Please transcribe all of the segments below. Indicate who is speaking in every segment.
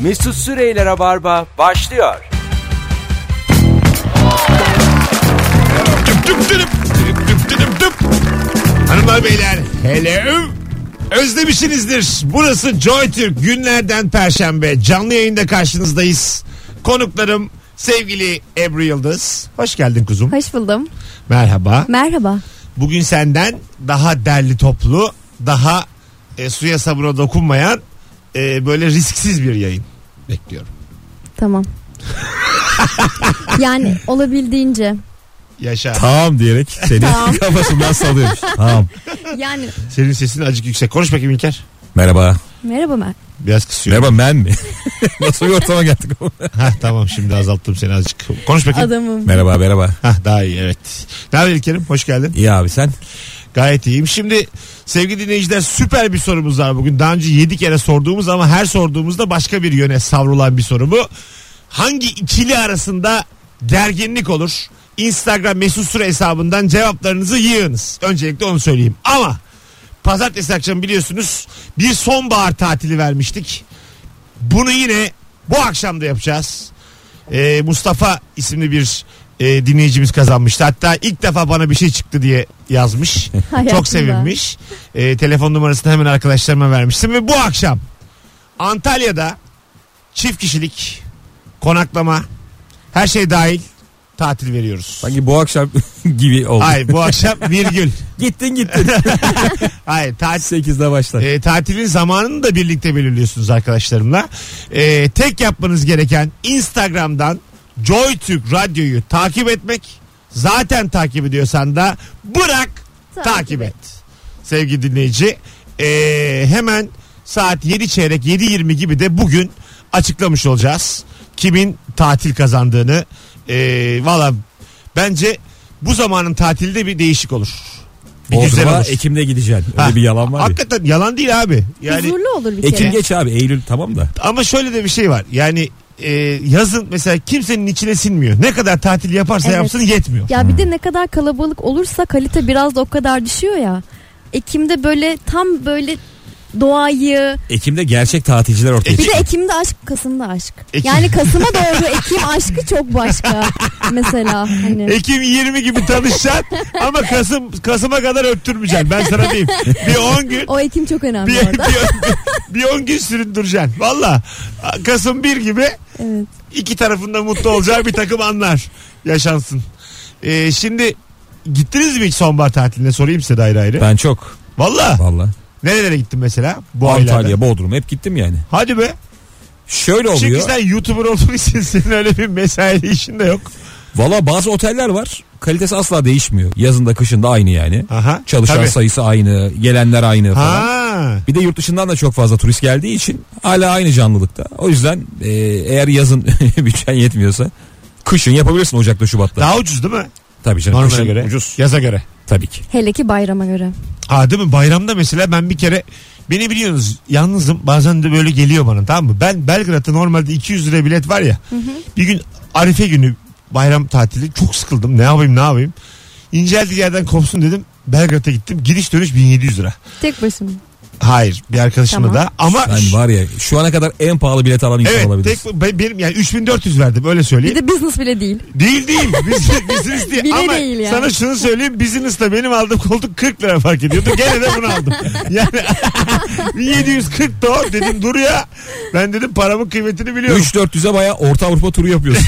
Speaker 1: Mesut Süreyler'e barba başlıyor.
Speaker 2: Düp düp düdüp, düdüp düp düdüp düp. Hanımlar beyler hele öv. özlemişsinizdir. Burası Joy Türk günlerden perşembe canlı yayında karşınızdayız. Konuklarım sevgili Ebru Yıldız. Hoş geldin kuzum.
Speaker 3: Hoş buldum.
Speaker 2: Merhaba.
Speaker 3: Merhaba.
Speaker 2: Bugün senden daha derli toplu, daha e, suya sabuna dokunmayan e, böyle risksiz bir yayın bekliyorum.
Speaker 3: Tamam. yani olabildiğince.
Speaker 2: Yaşa.
Speaker 4: Tamam diyerek seni kafasından salıyormuş. Tamam.
Speaker 3: Yani
Speaker 2: Senin sesin acık yüksek. Konuş bakayım İlker.
Speaker 4: Merhaba.
Speaker 3: merhaba Mer.
Speaker 2: Biraz kısıyor.
Speaker 4: Merhaba ben mi? Nasıl bir ortama geldik?
Speaker 2: Hah, tamam şimdi azalttım seni azıcık. Konuş bakayım.
Speaker 3: Adamım.
Speaker 4: merhaba merhaba.
Speaker 2: Hah daha iyi evet. Ne haber İlker'im? Hoş geldin.
Speaker 4: İyi abi sen?
Speaker 2: Gayet iyiyim. Şimdi sevgili dinleyiciler süper bir sorumuz var bugün. Daha önce 7 kere sorduğumuz ama her sorduğumuzda başka bir yöne savrulan bir soru bu. Hangi ikili arasında gerginlik olur? Instagram mesut süre hesabından cevaplarınızı yığınız. Öncelikle onu söyleyeyim. Ama pazartesi akşamı biliyorsunuz bir sonbahar tatili vermiştik. Bunu yine bu akşam da yapacağız. Ee, Mustafa isimli bir e, dinleyicimiz kazanmıştı. Hatta ilk defa bana bir şey çıktı diye yazmış. Çok
Speaker 3: Hayatında.
Speaker 2: sevinmiş. Ee, telefon numarasını hemen arkadaşlarıma vermiştim ve bu akşam Antalya'da çift kişilik konaklama her şey dahil tatil veriyoruz.
Speaker 4: Sanki bu akşam gibi oldu.
Speaker 2: Hayır bu akşam virgül.
Speaker 4: Gittin gittin.
Speaker 2: Hayır tatil
Speaker 4: 8'de başlar.
Speaker 2: E, tatilin zamanını da birlikte belirliyorsunuz arkadaşlarımla. E, tek yapmanız gereken Instagram'dan JoyTürk Radyo'yu takip etmek. Zaten takip ediyorsan da bırak takip,
Speaker 3: Takip
Speaker 2: et. Sevgili dinleyici e, hemen saat 7 çeyrek 7.20 gibi de bugün açıklamış olacağız. Kimin tatil kazandığını. E, Valla bence bu zamanın tatilde bir değişik olur. Bir güzel
Speaker 4: Bodrum'a
Speaker 2: olur.
Speaker 4: Ekim'de gideceksin. Öyle
Speaker 2: Ha,
Speaker 4: bir yalan var ya.
Speaker 2: Hakikaten yalan değil abi. Yani
Speaker 3: Huzurlu olur bir
Speaker 4: Ekim
Speaker 3: kere.
Speaker 4: geç abi Eylül tamam da.
Speaker 2: ama şöyle de bir şey var. Yani e, yazın mesela kimsenin içine sinmiyor. Ne kadar tatil yaparsa
Speaker 3: Evet.
Speaker 2: yapsın yetmiyor.
Speaker 3: ya bir de ne kadar kalabalık olursa kalite biraz da o kadar düşüyor ya. Ekim'de böyle tam böyle doğayı.
Speaker 4: Ekim'de gerçek tatilciler
Speaker 2: E,
Speaker 4: ortaya
Speaker 3: Bir de
Speaker 4: çıkıyor.
Speaker 3: Ekim'de aşk, Kasım'da aşk.
Speaker 2: Ekim-
Speaker 3: Yani Kasım'a doğru Ekim aşkı çok başka. Mesela hani.
Speaker 2: Ekim 20 gibi tanışacaksın ama Kasım Kasım'a kadar öptürmeyeceksin. Ben sana diyeyim. Bir 10 gün
Speaker 3: O Ekim çok önemli
Speaker 2: bir,
Speaker 3: orada.
Speaker 2: bir, bir 10 gün süründüreceksin. Valla Kasım 1 gibi
Speaker 3: Evet.
Speaker 2: iki tarafında mutlu olacağı bir takım anlar yaşansın. E, şimdi gittiniz mi hiç sonbahar tatiline sorayım size de ayrı ayrı.
Speaker 4: Ben çok
Speaker 2: Valla
Speaker 4: valla.
Speaker 2: nerelere gittin mesela bu aylarda?
Speaker 4: Antalya, Bodrum hep gittim yani.
Speaker 2: Hadi be.
Speaker 4: Şöyle
Speaker 2: Çünkü
Speaker 4: oluyor.
Speaker 2: sen YouTuber olduğun için senin öyle bir mesaili işin de yok.
Speaker 4: Valla bazı oteller var. Kalitesi asla değişmiyor. Yazında kışında aynı yani.
Speaker 2: Aha.
Speaker 4: Çalışan
Speaker 2: Tabii.
Speaker 4: sayısı aynı, gelenler aynı falan.
Speaker 2: Ha.
Speaker 4: Bir de yurt dışından da çok fazla turist geldiği için hala aynı canlılıkta. O yüzden e, eğer yazın bütçen yetmiyorsa kışın yapabilirsin Ocak'ta Şubat'ta.
Speaker 2: Daha ucuz değil mi?
Speaker 4: tabii canım.
Speaker 2: Normale
Speaker 4: kışın
Speaker 2: göre.
Speaker 4: Ucuz.
Speaker 2: Yaza göre.
Speaker 4: Tabii ki.
Speaker 3: Hele ki bayrama göre.
Speaker 2: Ha değil mi? Bayramda mesela ben bir kere beni biliyorsunuz yalnızım bazen de böyle geliyor bana tamam mı? Ben Belgrad'da normalde 200 lira bilet var ya. Bir gün Arife günü bayram tatili çok sıkıldım. Ne yapayım ne yapayım? İnceldiği yerden kopsun dedim. Belgrad'a gittim. Gidiş dönüş 1700 lira.
Speaker 3: Tek başına.
Speaker 2: Hayır bir arkadaşımla
Speaker 3: Tamam.
Speaker 2: da ama
Speaker 4: Ben var ya şu ana kadar en pahalı bilet alan
Speaker 3: şey
Speaker 4: insan
Speaker 2: evet
Speaker 4: olabilir.
Speaker 2: tek be- benim yani 3400 verdim öyle söyleyeyim.
Speaker 3: Bir de business bile değil.
Speaker 2: Değil değil. Biz, business değil.
Speaker 3: Bile
Speaker 2: Ama
Speaker 3: değil yani.
Speaker 2: sana şunu söyleyeyim. Business'ta benim aldığım koltuk 40 lira fark ediyordu. Gene de bunu aldım. Yani 1740 da o. Dedim dur ya. Ben dedim paramın kıymetini biliyorum.
Speaker 4: 3-400'e baya Orta Avrupa turu yapıyorsun.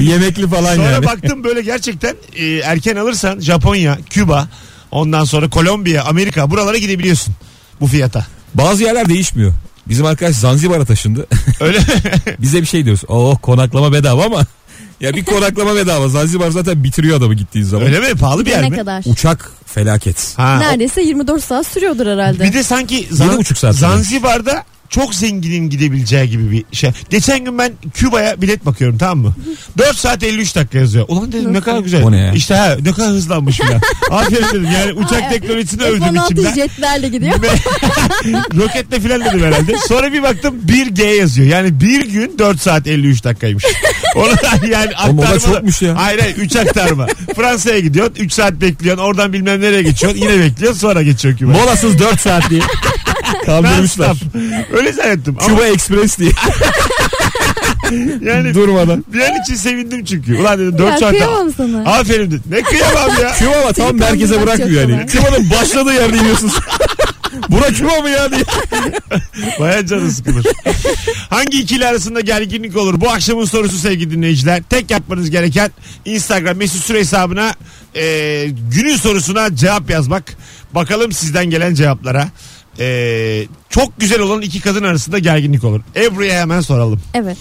Speaker 4: Yemekli falan
Speaker 2: Sonra
Speaker 4: yani.
Speaker 2: baktım böyle gerçekten e, erken alırsan Japonya, Küba, ondan sonra Kolombiya, Amerika buralara gidebiliyorsun bu fiyata.
Speaker 4: Bazı yerler değişmiyor. Bizim arkadaş Zanzibar'a taşındı.
Speaker 2: Öyle mi?
Speaker 4: Bize bir şey diyoruz. Oh konaklama bedava ama. ya bir konaklama bedava. Zanzibar zaten bitiriyor adamı gittiği zaman.
Speaker 2: Öyle mi? Pahalı bir yer
Speaker 3: Ne
Speaker 2: mi?
Speaker 3: kadar?
Speaker 4: Uçak felaket.
Speaker 2: Ha, o-
Speaker 3: Neredeyse 24 saat sürüyordur herhalde.
Speaker 2: Bir de sanki Zan-
Speaker 4: Yedi buçuk saat sonra.
Speaker 2: Zanzibar'da çok zenginin gidebileceği gibi bir şey. Geçen gün ben Küba'ya bilet bakıyorum tamam mı? 4 saat 53 dakika yazıyor. Ulan dedim ne
Speaker 3: Nasıl?
Speaker 2: kadar güzel.
Speaker 4: O ne ya?
Speaker 2: İşte ha ne kadar hızlanmış ya. Aferin dedim yani uçak teknolojisini övdüm
Speaker 3: F-16
Speaker 2: içimden.
Speaker 3: jetlerle gidiyor.
Speaker 2: Ve roketle filan dedim herhalde. Sonra bir baktım 1G yazıyor. Yani bir gün 4 saat 53 dakikaymış. Ona yani
Speaker 4: Oğlum o da
Speaker 2: aktarma.
Speaker 4: çokmuş ya.
Speaker 2: Hayır hayır 3 aktarma. Fransa'ya gidiyorsun 3 saat bekliyorsun. Oradan bilmem nereye geçiyorsun. Yine bekliyorsun sonra geçiyor Küba'ya.
Speaker 4: Molasız 4 saat diye. Kaldırmışlar.
Speaker 2: Non-stop. Öyle zannettim. Ama
Speaker 4: Küba Express diye
Speaker 2: yani
Speaker 4: durmadan.
Speaker 2: bir an için sevindim çünkü. Ulan dedim 4
Speaker 3: Ya
Speaker 2: saat.
Speaker 3: kıyamam sana.
Speaker 2: Aferin dedim. Ne kıyamam ya.
Speaker 4: Küba ama tam
Speaker 3: Seni
Speaker 4: merkeze
Speaker 3: kaldırmak
Speaker 4: bırakmıyor
Speaker 3: yok
Speaker 4: yani.
Speaker 3: ama.
Speaker 4: Küba'nın başladığı yerde iniyorsunuz. Bura Küba mı ya diye.
Speaker 2: Baya canı sıkılır. Hangi ikili arasında gerginlik olur? Bu akşamın sorusu sevgili dinleyiciler. Tek yapmanız gereken Instagram mesut süre hesabına e, günün sorusuna cevap yazmak. Bakalım sizden gelen cevaplara. E, çok güzel olan iki kadın arasında gerginlik olur. Ebru'ya hemen soralım.
Speaker 3: Evet.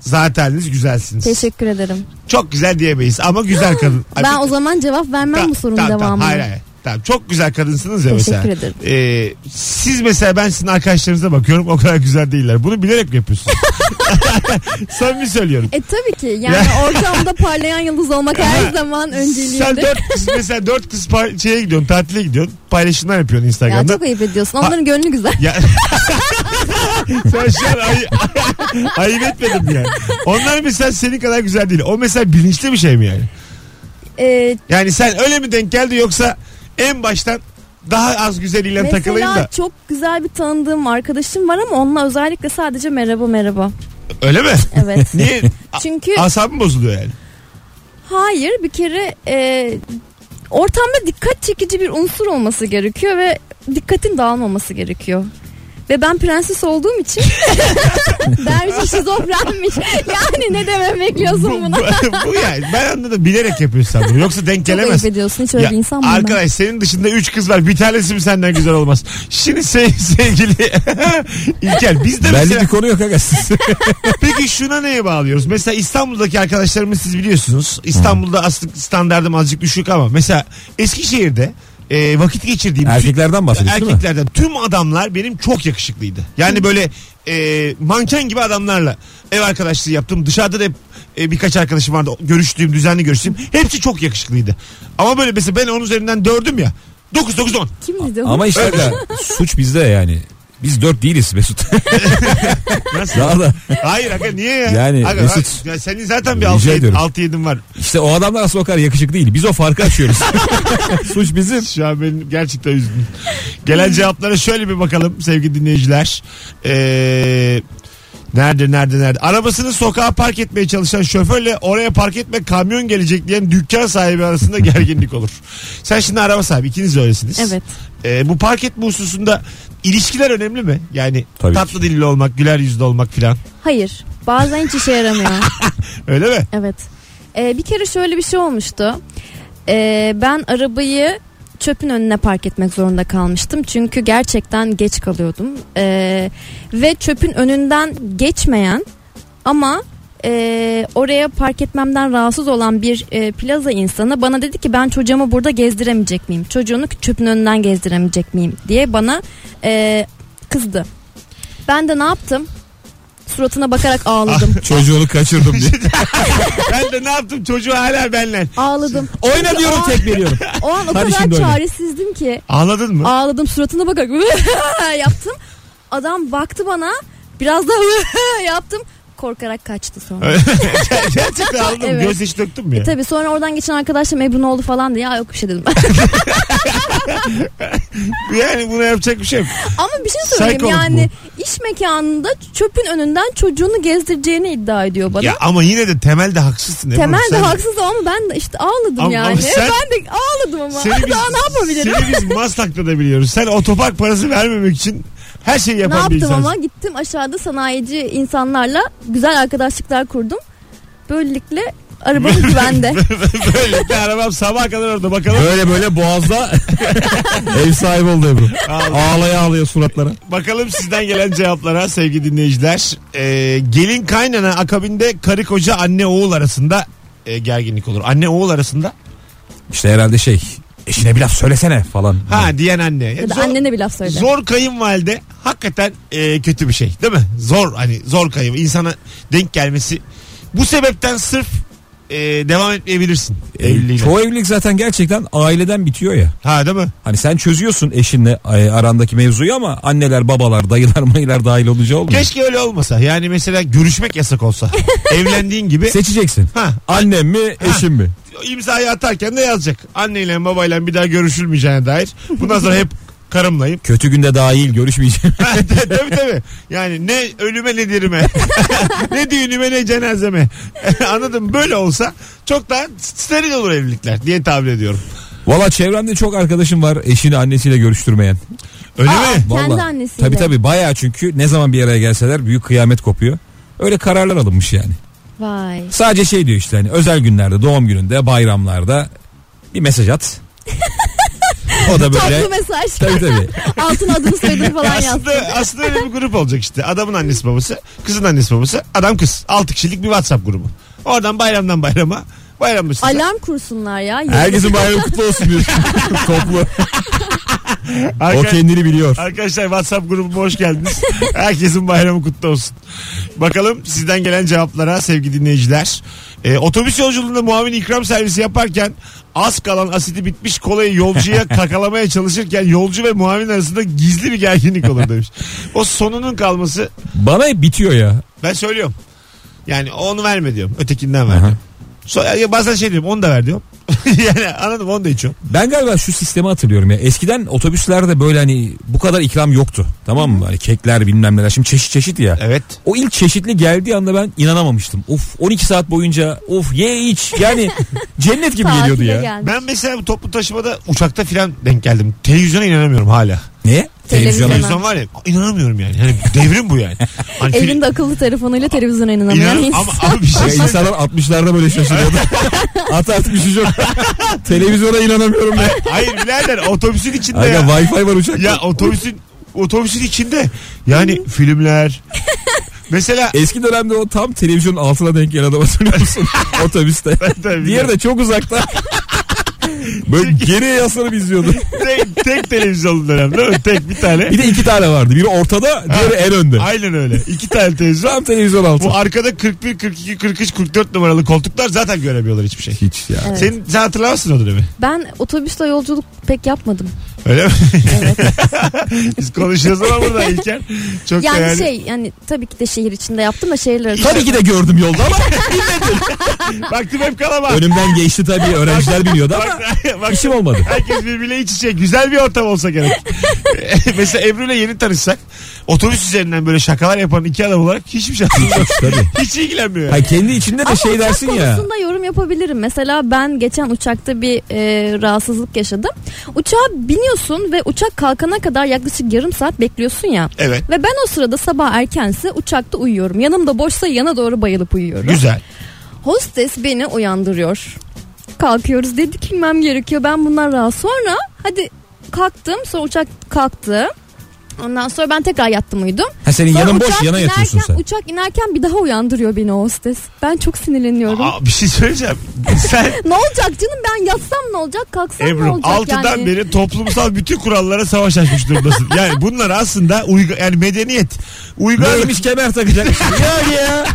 Speaker 2: Zateniz güzelsiniz.
Speaker 3: Teşekkür ederim.
Speaker 2: Çok güzel diyemeyiz ama güzel kadın.
Speaker 3: Ben o zaman cevap vermem bu sorunun
Speaker 2: tamam,
Speaker 3: devamını.
Speaker 2: Tamam, hayır hayır. Tamam, çok güzel kadınsınız ya
Speaker 3: Teşekkür
Speaker 2: mesela.
Speaker 3: ederim.
Speaker 2: Ee, siz mesela ben sizin arkadaşlarınıza bakıyorum o kadar güzel değiller. Bunu bilerek mi yapıyorsun? Samimi söylüyorum.
Speaker 3: E tabii ki yani ortamda parlayan yıldız olmak her zaman
Speaker 2: Sen
Speaker 3: önceliğimdir.
Speaker 2: dört kız mesela dört kız par- şeye gidiyorsun tatile gidiyorsun paylaşımlar yapıyorsun
Speaker 3: Ya
Speaker 2: Instagram'da.
Speaker 3: çok ayıp ediyorsun. Onların gönlü güzel.
Speaker 2: Ya- Sen şu an ay- ayıp etmedim yani. Onlar mesela senin kadar güzel değil. O mesela bilinçli bir şey mi yani?
Speaker 3: E,
Speaker 2: Yani sen öyle mi denk geldi yoksa en baştan daha az güzeliyle takılayım
Speaker 3: mesela
Speaker 2: da
Speaker 3: çok güzel bir tanıdığım arkadaşım var ama onunla özellikle sadece merhaba merhaba.
Speaker 2: öyle mi?
Speaker 3: Evet.
Speaker 2: Niye? A-
Speaker 3: Çünkü
Speaker 2: Asabım bozuluyor yani.
Speaker 3: hayır bir kere e, ortamda dikkat çekici bir unsur olması gerekiyor ve dikkatin dağılmaması gerekiyor. Ve ben prenses olduğum için derviş şizofrenmiş. Yani ne demek bekliyorsun buna?
Speaker 2: bu, bu yani. Ben anladım bilerek yapıyorsun sen bunu. Yoksa denk
Speaker 3: Çok
Speaker 2: gelemez.
Speaker 3: ayıp ediyorsun. Hiç öyle
Speaker 2: Ya,
Speaker 3: bir insan mıyım ben?
Speaker 2: arkadaş senin dışında 3 kız var. Bir tanesi mi senden güzel olmaz? Şimdi sev, sevgili İlker biz de
Speaker 4: Belli
Speaker 2: mesela
Speaker 4: bir konu yok aga siz.
Speaker 2: peki şuna neye bağlıyoruz? Mesela İstanbul'daki arkadaşlarımız siz biliyorsunuz. İstanbul'da aslında standardım azıcık düşük ama mesela Eskişehir'de e, vakit geçirdiğim
Speaker 4: Erkeklerden bahsediyorsun değil mi?
Speaker 2: erkeklerden tüm adamlar benim çok yakışıklıydı. Yani böyle e, manken gibi adamlarla ev arkadaşlığı yaptım. Dışarıda da hep, e, birkaç arkadaşım vardı. Görüştüğüm, düzenli görüştüğüm. Hepsi çok yakışıklıydı. Ama böyle mesela ben onun üzerinden dördüm ya. 9 9 10.
Speaker 3: Kim izliyor?
Speaker 4: Ama işte aga, suç bizde yani. Biz dört değiliz Mesut.
Speaker 2: Nasıl?
Speaker 4: Daha da
Speaker 2: Hayır aga niye ya?
Speaker 4: Yani
Speaker 2: aga,
Speaker 4: Mesut-
Speaker 2: ya senin zaten bir
Speaker 4: Rica
Speaker 2: 6 7,
Speaker 4: ediyorum.
Speaker 2: 6 7 var.
Speaker 4: işte o adamlar aslında o kadar yakışıklı değil. Biz o farkı açıyoruz. suç bizim.
Speaker 2: Şu an benim gerçekten üzdün. Gelen cevaplara şöyle bir bakalım sevgili dinleyiciler. Ee, nerede nerede nerede? Arabasını sokağa park etmeye çalışan şoförle oraya park etme kamyon gelecek diyen dükkan sahibi arasında gerginlik olur. Sen şimdi araba sahibi ikiniz de öylesiniz.
Speaker 3: Evet.
Speaker 2: Ee, bu park etme hususunda ilişkiler önemli mi? Yani
Speaker 4: Tabii
Speaker 2: tatlı dilli olmak, güler yüzlü olmak filan.
Speaker 3: Hayır. Bazen hiç işe yaramıyor.
Speaker 2: Öyle mi?
Speaker 3: Evet. Ee, bir kere şöyle bir şey olmuştu. Ee, ben arabayı çöpün önüne park etmek zorunda kalmıştım. Çünkü gerçekten geç kalıyordum. Ee, ve çöpün önünden geçmeyen ama e, oraya park etmemden rahatsız olan bir e, plaza insanı bana dedi ki ben çocuğumu burada gezdiremeyecek miyim? Çocuğunu çöpün önünden gezdiremeyecek miyim? diye bana e, kızdı. Ben de ne yaptım? Suratına bakarak ağladım.
Speaker 4: Çocuğunu kaçırdım diye.
Speaker 2: ben de ne yaptım çocuğu hala benle.
Speaker 3: ağladım.
Speaker 4: Oyna diyorum
Speaker 3: Çünkü o-
Speaker 4: tek veriyorum.
Speaker 3: O an o
Speaker 4: Hadi
Speaker 3: kadar
Speaker 4: şimdi oyna.
Speaker 3: çaresizdim ki
Speaker 2: Ağladın mı?
Speaker 3: ağladım suratına bakarak yaptım. Adam baktı bana biraz daha yaptım korkarak kaçtı sonra.
Speaker 2: gerçekten ağladım.
Speaker 3: Evet.
Speaker 2: Göz yaşı döktün mü ya?
Speaker 3: Tabii sonra oradan geçen arkadaşlarım Ebru ne oldu falan diye ya yok bir şey dedim.
Speaker 2: Yani buna yapacak bir şey yok.
Speaker 3: Ama bir şey söyleyeyim
Speaker 2: Psikolog
Speaker 3: yani iş mekanında çöpün önünden çocuğunu gezdireceğini iddia ediyor bana.
Speaker 2: Ya ama yine de temelde haksızsın. Ebru.
Speaker 3: Temel de
Speaker 2: Sen-
Speaker 3: haksız ama ben de işte ağladım
Speaker 2: Ama-
Speaker 3: yani.
Speaker 2: ama sen-
Speaker 3: ben de ağladım ama.
Speaker 2: Seni biz,
Speaker 3: Daha ne yapabilirim?
Speaker 2: Seni biz Maslak'ta da biliyoruz. Sen otopark parası vermemek için her şeyi
Speaker 3: Ne
Speaker 2: yapan bir
Speaker 3: yaptım
Speaker 2: insansın.
Speaker 3: ama gittim aşağıda sanayici insanlarla güzel arkadaşlıklar kurdum. Böylelikle arabamız güvende.
Speaker 2: Böyle bir arabam sabah kadar orada bakalım.
Speaker 4: Böyle böyle boğazda ev sahibi oldu Ebru.
Speaker 2: Ağla.
Speaker 4: Ağlaya ağlaya suratlara.
Speaker 2: Bakalım sizden gelen cevaplara sevgili dinleyiciler. Ee, gelin kaynana akabinde karı koca anne oğul arasında e, gerginlik olur. Anne oğul arasında
Speaker 4: İşte herhalde şey eşine bir laf söylesene falan.
Speaker 2: ha diyen anne.
Speaker 3: ya da
Speaker 2: Zor-
Speaker 3: annene bir laf söyle.
Speaker 2: Zor kayınvalide hakikaten e, kötü bir şey değil mi? Zor hani zor kayın insana denk gelmesi. Bu sebepten sırf e, devam etmeyebilirsin
Speaker 4: E,
Speaker 2: evliliğine.
Speaker 4: çoğu evlilik zaten gerçekten aileden bitiyor ya.
Speaker 2: Ha değil mi?
Speaker 4: Hani sen çözüyorsun eşinle e, arandaki mevzuyu ama anneler, babalar, dayılar, mayılar dahil olacağı olmuyor.
Speaker 2: Keşke öyle olmasa. Yani mesela görüşmek yasak olsa. Evlendiğin gibi
Speaker 4: Seçeceksin.
Speaker 2: ha
Speaker 4: Annem mi, eşim mi?
Speaker 2: imzayı atarken de yazacak. Anneyle babayla bir daha görüşülmeyeceğine dair. Bundan sonra hep karımlayım.
Speaker 4: Kötü günde dahil görüşmeyeceğim.
Speaker 2: tabii tabii. Yani ne ölüme ne dirime. ne düğünüme ne cenazeme. Anladın mı? Böyle olsa çok daha steril olur evlilikler diye tahmin ediyorum.
Speaker 4: Valla çevremde çok arkadaşım var eşini annesiyle görüştürmeyen.
Speaker 2: Öyle
Speaker 3: Aa,
Speaker 2: mi?
Speaker 3: Kendi
Speaker 4: Vallahi.
Speaker 3: annesiyle.
Speaker 4: Tabii tabii bayağı çünkü ne zaman bir araya gelseler büyük kıyamet kopuyor. Öyle kararlar alınmış yani.
Speaker 3: Vay.
Speaker 4: Sadece şey diyor işte hani özel günlerde, doğum gününde, bayramlarda bir mesaj at. o da böyle
Speaker 3: Tatlı mesaj.
Speaker 4: tabii tabii.
Speaker 3: Altın adını soyadını
Speaker 2: Ya
Speaker 3: falan yaz.
Speaker 2: aslında, aslında öyle bir grup olacak işte. Adamın annesi babası, kızın annesi babası, adam kız. 6 kişilik bir WhatsApp grubu. Oradan bayramdan bayrama. Bayram üstüne.
Speaker 3: Alarm kursunlar ya.
Speaker 4: Herkesin bayramı kutlu olsun diyor. Toplu. O
Speaker 2: Arka-
Speaker 4: kendini biliyor.
Speaker 2: Arkadaşlar WhatsApp grubuma hoş geldiniz. Herkesin bayramı kutlu olsun. Bakalım sizden gelen cevaplara sevgili dinleyiciler. Ee, otobüs yolculuğunda muavin ikram servisi yaparken az kalan asidi bitmiş kolayı yolcuya kakalamaya çalışırken yolcu ve muavin arasında gizli bir gerginlik olur demiş. O sonunun kalması
Speaker 4: Bana bitiyor ya.
Speaker 2: ben söylüyorum. Yani onu verme diyorum. Ötekinden ver diyorum. So, ya bazen şey diyorum onu da ver diyorum. yani anladım onu da içiyorum.
Speaker 4: Ben galiba şu sistemi hatırlıyorum ya. Eskiden otobüslerde böyle hani bu kadar ikram yoktu. Tamam mı? Hani kekler bilmem neler. Şimdi çeşit çeşit ya.
Speaker 2: Evet.
Speaker 4: O ilk çeşitli geldiği anda ben inanamamıştım. Of 12 saat boyunca of ye iç yani cennet gibi geliyordu ya.
Speaker 2: Ben mesela bu toplu taşımada uçakta filan denk geldim. Televizyona inanamıyorum hala.
Speaker 4: Ne?
Speaker 3: Televizyona.
Speaker 4: Televizyona.
Speaker 2: Televizyon var ya inanamıyorum yani. yani devrim bu yani. Hani film-
Speaker 3: Evinde akıllı telefonuyla televizyona inanamayan
Speaker 2: İnan-
Speaker 3: insan.
Speaker 2: ama, ama bir şey
Speaker 4: Ya
Speaker 2: söyleyeyim.
Speaker 4: insanlar 60'larda böyle şaşırıyordu. At artık bir şey yok. Televizyona inanamıyorum ben.
Speaker 2: Hayır birader otobüsün içinde
Speaker 4: Aga
Speaker 2: ya.
Speaker 4: Wi-Fi var uçakta.
Speaker 2: Ya otobüsün otobüsün içinde. Yani filmler. Mesela
Speaker 4: Eski dönemde o tam televizyonun altına denk gelen adam hatırlıyor musun? Otobüste.
Speaker 2: tabii.
Speaker 4: E- Diğeri de çok uzakta. Böyle geriye yaslanıp izliyordu.
Speaker 2: tek, tek televizyon dönem değil mi? Tek bir tane.
Speaker 4: Bir de iki tane vardı. Biri ortada, diğeri en önde.
Speaker 2: Aynen öyle. İki tane televizyon.
Speaker 4: Tam televizyon altı.
Speaker 2: Bu arkada 41, 42, 43, 44 numaralı koltuklar zaten göremiyorlar hiçbir şey.
Speaker 4: Hiç ya.
Speaker 3: Evet.
Speaker 2: Senin, sen hatırlamazsın o dönemi.
Speaker 3: Ben otobüsle yolculuk pek yapmadım.
Speaker 2: Öyle mi?
Speaker 3: Evet.
Speaker 2: Biz konuşuyoruz ama burada İlker. Çok
Speaker 3: yani
Speaker 2: değerli.
Speaker 3: şey yani tabii ki de şehir içinde yaptım da şehirler arası.
Speaker 4: Tabii ki de gördüm yolda ama
Speaker 2: Baktım hep kalama.
Speaker 4: önümden geçti tabii öğrenciler biniyordu ama
Speaker 2: Bak,
Speaker 4: işim olmadı.
Speaker 2: herkes birbiriyle iç içe. Güzel bir ortam olsa gerek. Mesela Ebru'yla yeni tanışsak otobüs üzerinden böyle şakalar yapan iki adam olarak hiçbir şey
Speaker 4: Hiç tabii.
Speaker 2: Hiç ilgilenmiyor.
Speaker 4: Ha, kendi içinde de şey dersin ya.
Speaker 3: konusunda yorum yapabilirim. Mesela ben geçen uçakta bir e, rahatsızlık yaşadım. Uçağa biniyorsun ve uçak kalkana kadar yaklaşık yarım saat bekliyorsun ya.
Speaker 2: Evet.
Speaker 3: Ve ben o sırada sabah erkense uçakta uyuyorum. Yanımda boşsa yana doğru bayılıp uyuyorum.
Speaker 2: Güzel.
Speaker 3: Hostes beni uyandırıyor. Kalkıyoruz dedi inmem gerekiyor. Ben bundan rahatsız. Sonra hadi kalktım. Sonra uçak kalktı. Ondan sonra ben tekrar yattım uyudum.
Speaker 4: Ha, senin
Speaker 3: Sonra
Speaker 4: yanın
Speaker 3: uçak
Speaker 4: E, boş yana
Speaker 3: inerken-
Speaker 4: yatıyorsun sen.
Speaker 3: Uçak inerken bir daha uyandırıyor beni o hostes. Ben çok sinirleniyorum.
Speaker 2: Aa, bir şey söyleyeceğim. Sen
Speaker 3: Ne olacak canım ben yatsam ne olacak kalksam ne
Speaker 2: Ebru
Speaker 3: olacak
Speaker 2: altıdan
Speaker 3: yani.
Speaker 2: beri toplumsal bütün kurallara savaş açmış durumdasın. Yani bunlar aslında uyga, yani medeniyet. Uygarlık.
Speaker 4: Neymiş kemer takacakmış. yani ya.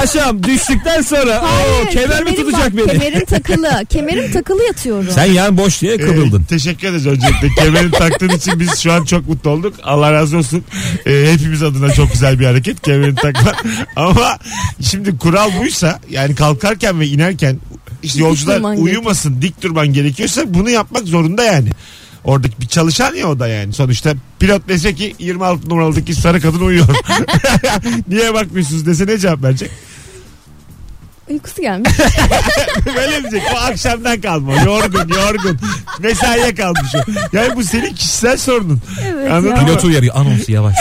Speaker 4: Paşam düştükten sonra
Speaker 3: Hayır,
Speaker 4: o kemer mi
Speaker 3: kemerim bak,
Speaker 4: tutacak beni?
Speaker 3: Kemerim takılı. kemerim takılı yatıyorum.
Speaker 4: Sen yan boş diye kıvrıldın.
Speaker 2: Ee, teşekkür ederiz öncelikle. Kemerini taktığın için biz şu an çok mutlu olduk. Allah razı olsun. Ee, hepimiz adına çok güzel bir hareket. Kemerini takma. Ama şimdi kural buysa yani kalkarken ve inerken işte yolcular
Speaker 3: durman
Speaker 2: uyumasın dik durman gerekiyorsa bunu yapmak zorunda yani. Oradaki bir çalışan ya o da yani. Sonuçta pilot dese ki 26 numaralıdaki sarı kadın uyuyor. Niye bakmıyorsunuz dese ne cevap verecek?
Speaker 3: Uykusu gelmiş.
Speaker 2: Böyle mi diyecek? O akşamdan kalma. Yorgun yorgun. Mesaiye kalmış o. Yani bu senin kişisel sorunun.
Speaker 3: Evet
Speaker 2: Anladım.
Speaker 3: ya.
Speaker 4: Pilotu uyarıyor. Anons yavaş.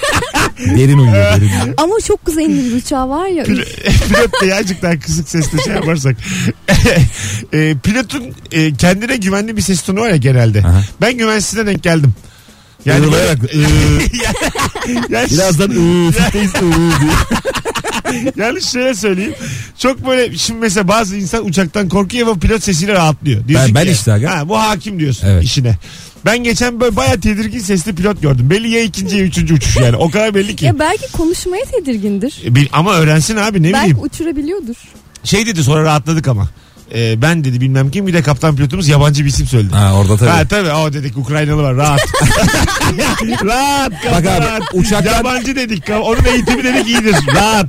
Speaker 4: derin uyuyor derin.
Speaker 3: Ama çok zengin bir uçağı var ya.
Speaker 2: Pil- Pilot da azıcık daha kısık sesle şey yaparsak. E, pilotun e, kendine güvenli bir ses tonu var ya genelde.
Speaker 4: Aha.
Speaker 2: Ben güvensizine denk geldim. Yani
Speaker 4: Iğlayarak,
Speaker 2: böyle- yani,
Speaker 4: Birazdan ıı, fıstayız, ıı diye.
Speaker 2: yani şöyle söyleyeyim. Çok böyle şimdi mesela bazı insan uçaktan korkuyor ama pilot sesiyle rahatlıyor. Diyorsun
Speaker 4: Ben- ben
Speaker 2: ki,
Speaker 4: işte aga.
Speaker 2: Ha, bu hakim diyorsun
Speaker 4: Evet.
Speaker 2: işine. Ben geçen böyle bayağı tedirgin sesli pilot gördüm. Belli ya ikinci ya üçüncü uçuş yani. O kadar belli ki.
Speaker 3: Ya belki konuşmaya tedirgindir.
Speaker 2: E, bil- Ama öğrensin abi ne
Speaker 3: belki
Speaker 2: bileyim.
Speaker 3: uçurabiliyordur.
Speaker 2: Şey dedi sonra rahatladık ama. E, ben dedi bilmem kim bir de kaptan pilotumuz yabancı bir isim söyledi.
Speaker 4: Ha orada
Speaker 2: Ha
Speaker 4: tabii.
Speaker 2: tabii o dedik Ukraynalı var rahat. rahat kaptan
Speaker 4: Bak abi,
Speaker 2: rahat.
Speaker 4: uçaktan-
Speaker 2: Yabancı dedik onun eğitimi dedik iyidir rahat.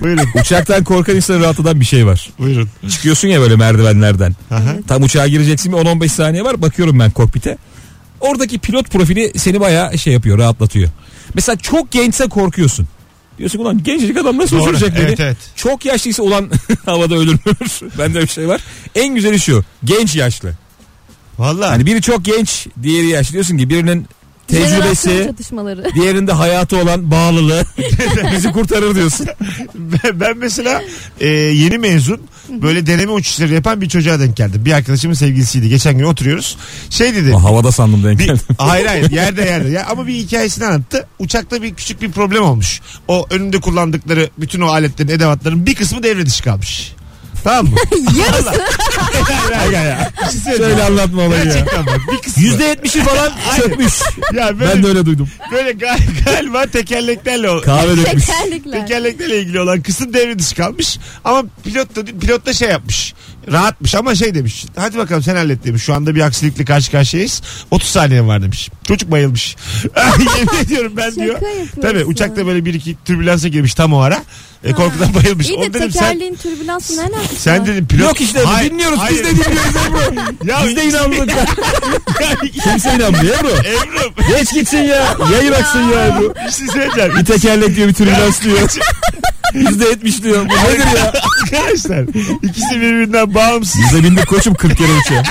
Speaker 2: Buyurun
Speaker 4: Uçaktan korkan insanı rahatlatan bir şey var.
Speaker 2: buyurun.
Speaker 4: Çıkıyorsun ya böyle merdivenlerden.
Speaker 2: Aha.
Speaker 4: Tam uçağa gireceksin bir 10-15 saniye var. Bakıyorum ben kokpite. Oradaki pilot profili seni bayağı şey yapıyor rahatlatıyor. Mesela çok gençse korkuyorsun. Diyorsun ki, ulan gencecik adam nasıl
Speaker 2: Doğru,
Speaker 4: uçuracak beni?
Speaker 2: evet, evet.
Speaker 4: Çok yaşlıysa ulan havada öldürülür. Bende bir şey var. En güzeli şu. Genç yaşlı.
Speaker 2: Valla.
Speaker 4: Hani biri çok genç, diğeri yaşlı. Diyorsun ki birinin
Speaker 3: Jenerasyon
Speaker 4: tecrübesi,
Speaker 3: çatışmaları.
Speaker 4: diğerinde hayatı olan bağlılığı bizi kurtarır diyorsun.
Speaker 2: Ben, ben mesela e, yeni mezun böyle deneme uçuşları yapan bir çocuğa denk geldim. Bir arkadaşımın sevgilisiydi. Geçen gün oturuyoruz. Şey dedi.
Speaker 4: Havada sandım denk
Speaker 2: Bir,
Speaker 4: geldim.
Speaker 2: hayır hayır yerde yerde. Ya, ama bir hikayesini anlattı. Uçakta bir küçük bir problem olmuş. O önünde kullandıkları bütün o aletlerin edevatların bir kısmı devre dışı kalmış. Tamam mı?
Speaker 3: Yarısı.
Speaker 2: hayır hayır hayır. Bir şey söyleyeyim.
Speaker 4: Şöyle anlatma olayı ya.
Speaker 2: Gerçekten bak bir kısmı.
Speaker 4: %70'i falan çökmüş.
Speaker 2: Ya böyle,
Speaker 4: Ben de öyle duydum.
Speaker 2: böyle gal- galiba tekerleklerle o-
Speaker 4: Kahve dökmüş.
Speaker 3: Tekerlekler.
Speaker 2: Tekerleklerle ilgili olan kısım devre dışı kalmış. Ama pilot da, pilot da şey yapmış. Rahatmış ama şey demiş. Hadi bakalım sen hallet demiş. Şu anda bir aksilikle karşı karşıyayız. 30 saniyen var demiş. Çocuk bayılmış. Yemin ediyorum ben
Speaker 3: Şaka
Speaker 2: diyor.
Speaker 3: yapıyorsun.
Speaker 2: Tabii uçakta böyle bir iki türbülansa girmiş tam o ara. E, korkudan bayılmış.
Speaker 3: İyi de
Speaker 2: Onu dedim sen,
Speaker 3: tekerleğin türbülansı ne alakası
Speaker 2: sen
Speaker 3: var?
Speaker 2: dedim pilot.
Speaker 4: Yok işte
Speaker 2: Hayır,
Speaker 4: dinliyoruz
Speaker 2: hayır.
Speaker 4: biz de dinliyoruz Ebru.
Speaker 2: Ya
Speaker 4: biz de inandık. Kimse inanmıyor Ebru.
Speaker 2: Evrim
Speaker 4: Geç gitsin ya. Yayın aksın ya Ebru.
Speaker 2: bir şey söyleyeceğim.
Speaker 4: Bir tekerlek diyor bir türbülans diyor. Yüzde yetmiş diyor. Bu nedir ya?
Speaker 2: Arkadaşlar ikisi birbirinden bağımsız.
Speaker 4: Yüzde bindik koçum 40 kere uçuyor.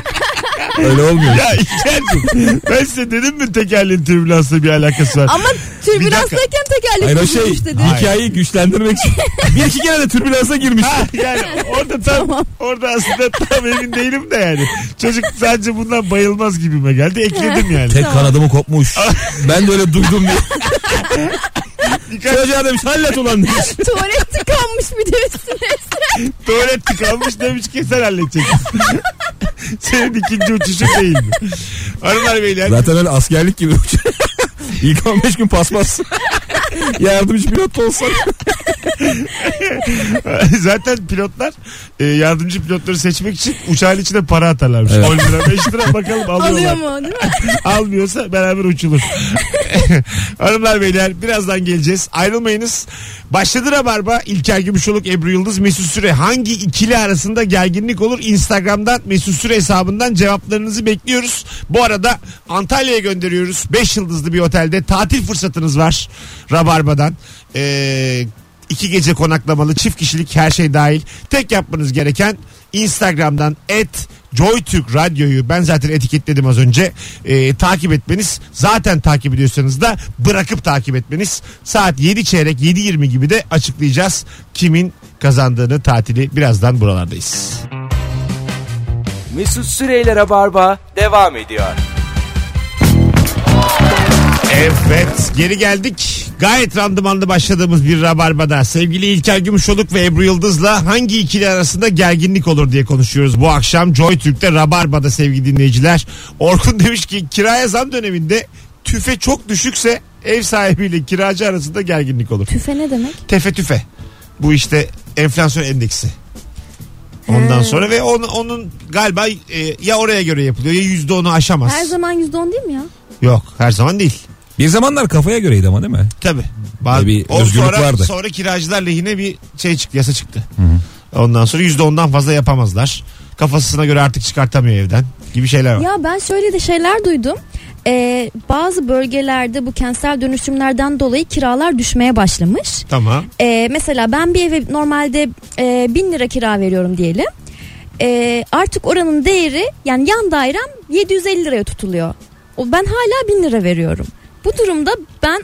Speaker 4: Öyle olmuyor.
Speaker 2: Ya İlker'cim ben size dedim mi tekerleğin türbülansla bir alakası var.
Speaker 3: Ama türbülanstayken
Speaker 4: Hayır
Speaker 3: tekerlek
Speaker 4: o şey
Speaker 3: türbülans dedi.
Speaker 4: hikayeyi güçlendirmek için. Bir iki kere de türbülansa girmiş.
Speaker 2: Ha, yani orada tam orada aslında tam emin değilim de yani. Çocuk sadece bundan bayılmaz gibime geldi. Ekledim yani.
Speaker 4: Tek kanadımı kopmuş. Ben de öyle duydum diye.
Speaker 2: Birkaç
Speaker 4: Çocuğa demiş hallet ulan demiş.
Speaker 3: Tuvalet tıkanmış bir de üstüne.
Speaker 2: tuvalet tıkanmış demiş ki sen halledeceksin. Senin ikinci uçuşun değil mi? Hanımlar beyler.
Speaker 4: Zaten öyle askerlik gibi uçuyor. İlk 15 gün paspas. Yardımcı pilot da olsan.
Speaker 2: Zaten pilotlar e, yardımcı pilotları seçmek için uçağın içine para atarlarmış.
Speaker 4: Evet.
Speaker 2: 10 lira 5 lira bakalım alıyorlar.
Speaker 3: Alıyor mu değil mi?
Speaker 2: Almıyorsa beraber uçulur. Hanımlar beyler birazdan geleceğiz. Ayrılmayınız. Başladı Rabarba. İlker Gümüşoluk, Ebru Yıldız, Mesut Süre. Hangi ikili arasında gerginlik olur? Instagram'dan Mesut Süre hesabından cevaplarınızı bekliyoruz. Bu arada Antalya'ya gönderiyoruz. 5 yıldızlı bir otelde tatil fırsatınız var Rabarba'dan. Ee, iki gece konaklamalı çift kişilik her şey dahil. Tek yapmanız gereken Instagram'dan et JoyTürk Radyo'yu ben zaten etiketledim az önce. Ee, takip etmeniz zaten takip ediyorsanız da bırakıp takip etmeniz. Saat 7 çeyrek 7.20 gibi de açıklayacağız kimin kazandığını tatili birazdan buralardayız.
Speaker 1: Mesut Süreyler'e barba devam ediyor.
Speaker 2: Evet geri geldik. Gayet randımanlı başladığımız bir rabarbada sevgili İlker Gümüşoluk ve Ebru Yıldız'la hangi ikili arasında gerginlik olur diye konuşuyoruz. Bu akşam Joy Türk'te rabarbada sevgili dinleyiciler. Orkun demiş ki kiraya zam döneminde tüfe çok düşükse ev sahibiyle kiracı arasında gerginlik olur.
Speaker 3: Tüfe ne demek?
Speaker 2: Tefe tüfe. Bu işte enflasyon endeksi. Ondan
Speaker 3: He.
Speaker 2: sonra ve onun, onun galiba e, ya oraya göre yapılıyor ya yüzde onu aşamaz.
Speaker 3: Her zaman %10 değil mi ya?
Speaker 2: Yok her zaman değil.
Speaker 4: Bir zamanlar kafaya göreydi ama değil mi?
Speaker 2: Tabii. Bazı,
Speaker 4: Bir
Speaker 2: o
Speaker 4: özgürlük
Speaker 2: sonra,
Speaker 4: vardı.
Speaker 2: Sonra kiracılar lehine bir şey çıktı, yasa çıktı. Ondan sonra yüzde ondan fazla yapamazlar. Kafasına göre artık çıkartamıyor evden gibi şeyler var.
Speaker 3: Ya ben şöyle de şeyler duydum. Ee, bazı bölgelerde bu kentsel dönüşümlerden dolayı kiralar düşmeye başlamış.
Speaker 2: Tamam.
Speaker 3: Ee, mesela ben bir eve normalde e, bin lira kira veriyorum diyelim. Ee, artık oranın değeri yani yan dairem 750 liraya tutuluyor. O ben hala bin lira veriyorum. Bu durumda ben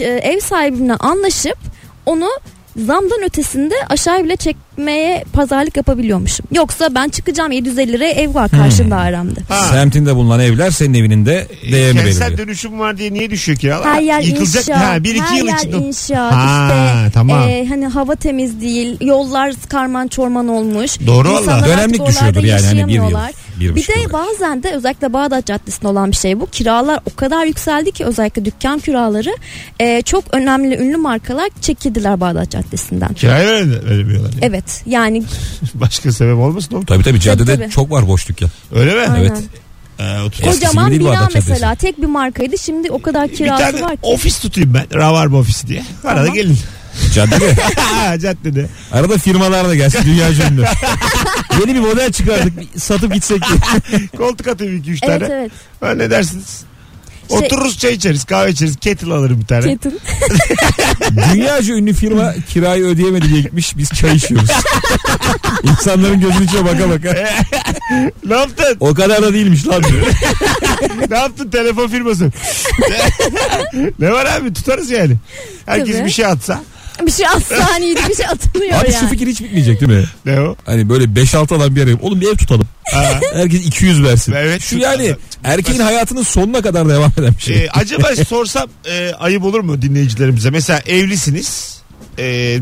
Speaker 3: e, ev sahibimle anlaşıp onu zamdan ötesinde aşağı bile çekmeye pazarlık yapabiliyormuşum. Yoksa ben çıkacağım 750 liraya ev var karşımda aramda.
Speaker 2: Ha. E,
Speaker 4: Semtinde bulunan evler senin evinin de değerini
Speaker 2: Kentsel
Speaker 4: belirliyor.
Speaker 2: dönüşüm var diye niye düşüyor kiralar?
Speaker 3: Her yer
Speaker 2: Yıkılacak.
Speaker 3: inşaat.
Speaker 2: Ha, bir iki
Speaker 3: her
Speaker 2: yıl
Speaker 3: yer
Speaker 2: içinde.
Speaker 3: inşaat.
Speaker 2: Ha,
Speaker 3: işte,
Speaker 2: tamam.
Speaker 3: e, hani hava temiz değil. Yollar karman çorman olmuş.
Speaker 2: Doğru
Speaker 3: İnsanlar
Speaker 2: valla.
Speaker 3: artık
Speaker 4: Dönemlik
Speaker 3: oralarda
Speaker 4: düşüyordur yani hani bir yıl.
Speaker 3: yaşayamıyorlar.
Speaker 4: Bir,
Speaker 3: Bir
Speaker 4: buçuk yıl.
Speaker 3: de bazen de özellikle Bağdat Caddesi'nde olan bir şey bu. Kiralar o kadar yükseldi ki özellikle dükkan kiraları e, çok önemli ünlü markalar çekildiler Bağdat Caddesi'nden.
Speaker 2: Kiraya vere- veremiyorlar. yani.
Speaker 3: Evet yani
Speaker 2: Başka sebep olmasın oğlum.
Speaker 4: Tabii tabii caddede
Speaker 3: tabii.
Speaker 4: çok var boş dükkan.
Speaker 2: Öyle mi?
Speaker 3: Aynen.
Speaker 4: Evet.
Speaker 2: Ee, otur-
Speaker 4: Eskisi
Speaker 3: kocaman
Speaker 4: gibi
Speaker 3: bina
Speaker 4: değil Bağdat Caddesi.
Speaker 3: mesela tek bir markaydı şimdi o kadar
Speaker 2: bir
Speaker 3: kirası
Speaker 2: tane
Speaker 3: var ki.
Speaker 2: ofis tutayım ben. Ravarba ofisi diye. Arada
Speaker 3: Tamam.
Speaker 2: gelin.
Speaker 4: Caddede.
Speaker 2: Ha, Caddede.
Speaker 4: Arada firmalar da gelsin dünya cümle. Yeni bir model çıkardık bir satıp gitsek diye.
Speaker 2: Koltuk atayım iki üç
Speaker 3: Evet
Speaker 2: tane.
Speaker 3: evet.
Speaker 2: Ha, ne dersiniz?
Speaker 3: Şey-
Speaker 2: Otururuz çay içeriz kahve içeriz. Kettle alırım bir tane.
Speaker 3: Ketin.
Speaker 4: Dünyaca ünlü firma kirayı ödeyemedi diye gitmiş biz çay içiyoruz. İnsanların gözünün içine baka baka.
Speaker 2: ne yaptın?
Speaker 4: O kadar da değilmiş lan diyor.
Speaker 2: ne yaptın telefon firması? ne var abi tutarız yani. Herkes
Speaker 3: Tabii.
Speaker 2: bir şey atsa.
Speaker 3: Bir şey asla hani bir şey atılıyor
Speaker 4: Abi şu
Speaker 3: yani.
Speaker 4: fikir hiç bitmeyecek değil mi?
Speaker 2: Ne o?
Speaker 4: Hani böyle 5-6 adam bir araya. Oğlum bir ev tutalım.
Speaker 2: Aa.
Speaker 4: Herkes 200 versin.
Speaker 2: Evet.
Speaker 4: Şu yani erkeğin hayatının sonuna kadar devam eden bir şey.
Speaker 2: Ee, acaba sorsam e, ayıp olur mu dinleyicilerimize? Mesela evlisiniz. E,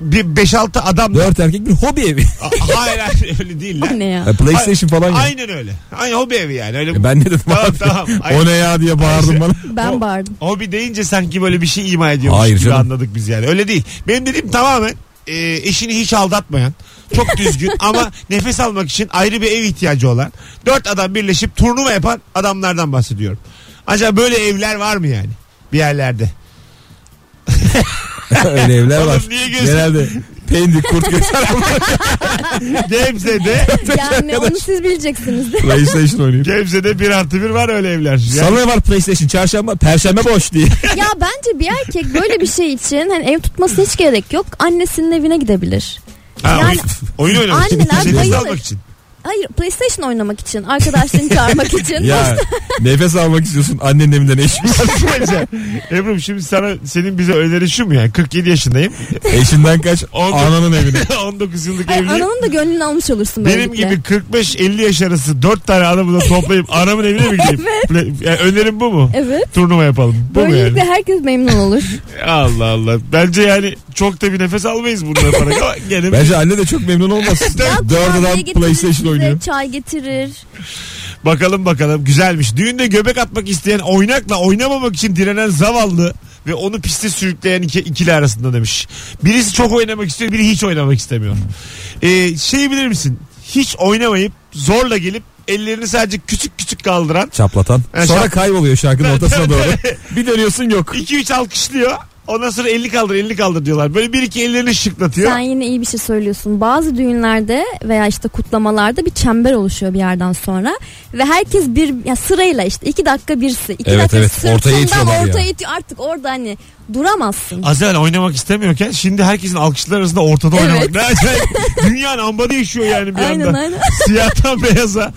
Speaker 2: bir 5-6 adam
Speaker 4: Dört erkek bir hobi evi.
Speaker 2: A- hayır hayır öyle değil lan.
Speaker 3: Ne ya?
Speaker 4: Ya PlayStation falan ya.
Speaker 2: Aynen öyle. Aynı hobi evi yani. Öyle
Speaker 4: Ya Ben ne dedim
Speaker 2: Tamam,
Speaker 4: abi?
Speaker 2: tamam.
Speaker 4: O ne ya diye bağırdım bana.
Speaker 3: Ben bağırdım.
Speaker 2: Hobi deyince sanki böyle bir şey ima ediyormuş
Speaker 4: Hayır
Speaker 2: gibi
Speaker 4: canım.
Speaker 2: anladık biz yani. Öyle değil. Benim dediğim tamamen e, eşini hiç aldatmayan, çok düzgün ama nefes almak için ayrı bir ev ihtiyacı olan, dört adam birleşip turnuva yapan adamlardan bahsediyorum. Acaba böyle evler var mı yani bir yerlerde?
Speaker 4: Öyle evler
Speaker 2: Oğlum
Speaker 4: var.
Speaker 2: niye gözün-
Speaker 4: Genelde pendik kurt göster
Speaker 2: Gebze'de,
Speaker 3: Yani onu siz bileceksiniz de.
Speaker 4: PlayStation oynuyor.
Speaker 2: Gebze'de bir artı bir var öyle evler. Yani
Speaker 4: Salı var PlayStation çarşamba perşembe boş diye.
Speaker 3: ya bence bir erkek böyle bir şey için hani ev tutması hiç gerek yok. Annesinin evine gidebilir.
Speaker 2: Ha,
Speaker 3: yani-
Speaker 2: oyun oynamak için,
Speaker 3: Anneler
Speaker 2: nefes
Speaker 3: bayılır.
Speaker 2: almak için.
Speaker 3: Hayır PlayStation oynamak için, arkadaşlarını çağırmak için.
Speaker 4: ya nefes almak istiyorsun annenin evinden eşin.
Speaker 2: Bence. Ebru'm şimdi sana senin bize öneri şu mu yani 47 yaşındayım
Speaker 4: Eşinden kaç
Speaker 2: Oldu.
Speaker 4: ananın evine.
Speaker 2: 19 yıllık
Speaker 3: Hayır,
Speaker 2: evliyim
Speaker 3: ananın da gönlünü almış olursun
Speaker 2: Benim
Speaker 3: böylelikle.
Speaker 2: gibi 45-50 yaş arası 4 tane adamı da toplayıp anamın evine mi gideyim? Ple- yani önerim bu mu?
Speaker 3: Evet.
Speaker 2: Turnuva yapalım. Bu mu
Speaker 3: Böylelikle
Speaker 2: yani?
Speaker 3: herkes memnun olur.
Speaker 2: Allah Allah. Bence yani çok da bir nefes almayız bundan sonra. Ama gene bir-
Speaker 4: Bence anne de çok memnun olmaz.
Speaker 3: Ya
Speaker 4: Dört
Speaker 3: kurabiye
Speaker 4: adam
Speaker 3: getirir
Speaker 4: PlayStation
Speaker 3: size,
Speaker 4: oynuyor.
Speaker 3: Çay getirir.
Speaker 2: bakalım bakalım. Güzelmiş. Düğünde göbek atmak isteyen oynakla oynamamak için direnen zavallı ve onu piste sürükleyen iki, ikili arasında demiş. Birisi çok oynamak istiyor, biri hiç oynamak istemiyor. Ee, şey bilir misin? Hiç oynamayıp zorla gelip ellerini sadece küçük küçük kaldıran
Speaker 4: Çaplatan.
Speaker 2: Ha,
Speaker 4: Sonra
Speaker 2: şap-
Speaker 4: kayboluyor şarkının ortasına doğru. Bir dönüyorsun yok.
Speaker 2: 2-3 alkışlıyor. Ondan sonra 50 kaldır 50 kaldır diyorlar. Böyle bir iki ellerini şıklatıyor.
Speaker 3: Sen yine iyi bir şey söylüyorsun. Bazı düğünlerde veya işte kutlamalarda bir çember oluşuyor bir yerden sonra ve herkes bir ya sırayla işte iki dakika birisi, iki
Speaker 4: Evet,
Speaker 3: dakika
Speaker 4: evet.
Speaker 3: sırtından
Speaker 4: Ortaya itiyorlar ya.
Speaker 3: ortaya itiyor. Artık orada hani duramazsın.
Speaker 2: Az evvel oynamak istemiyorken şimdi herkesin alkışlar arasında ortada
Speaker 3: Evet.
Speaker 2: oynamak. Ne acayip. Dünya lamba değişiyor yani bir
Speaker 3: Aynen
Speaker 2: anda.
Speaker 3: aynen.
Speaker 2: Siyahtan beyaza.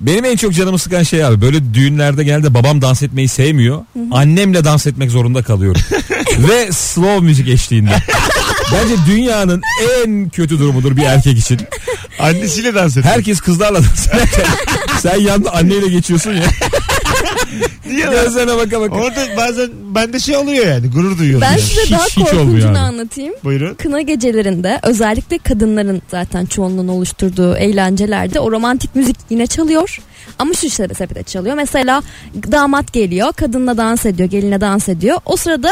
Speaker 4: Benim en çok canımı sıkan şey abi böyle düğünlerde genelde babam dans etmeyi sevmiyor. Annemle dans etmek zorunda kalıyorum. Ve slow müzik eşliğinde. Bence dünyanın en kötü durumudur bir erkek için.
Speaker 2: Annesiyle dans ediyor.
Speaker 4: Herkes kızlarla dans ederken sen yanda anneyle geçiyorsun ya.
Speaker 2: Niye lan?
Speaker 4: Gözlerine baka baka.
Speaker 2: Orada bazen bende şey oluyor yani gurur duyuyorum.
Speaker 3: Ben
Speaker 2: yani.
Speaker 4: hiç-
Speaker 3: size daha
Speaker 4: hiç olmuyor
Speaker 3: korkuncunu
Speaker 4: yani.
Speaker 3: anlatayım.
Speaker 2: Buyurun.
Speaker 3: Kına gecelerinde özellikle kadınların zaten çoğunluğun oluşturduğu eğlencelerde o romantik müzik yine çalıyor. Ama şu işlere sepete çalıyor. Mesela damat geliyor, kadınla dans ediyor, gelinle dans ediyor. O sırada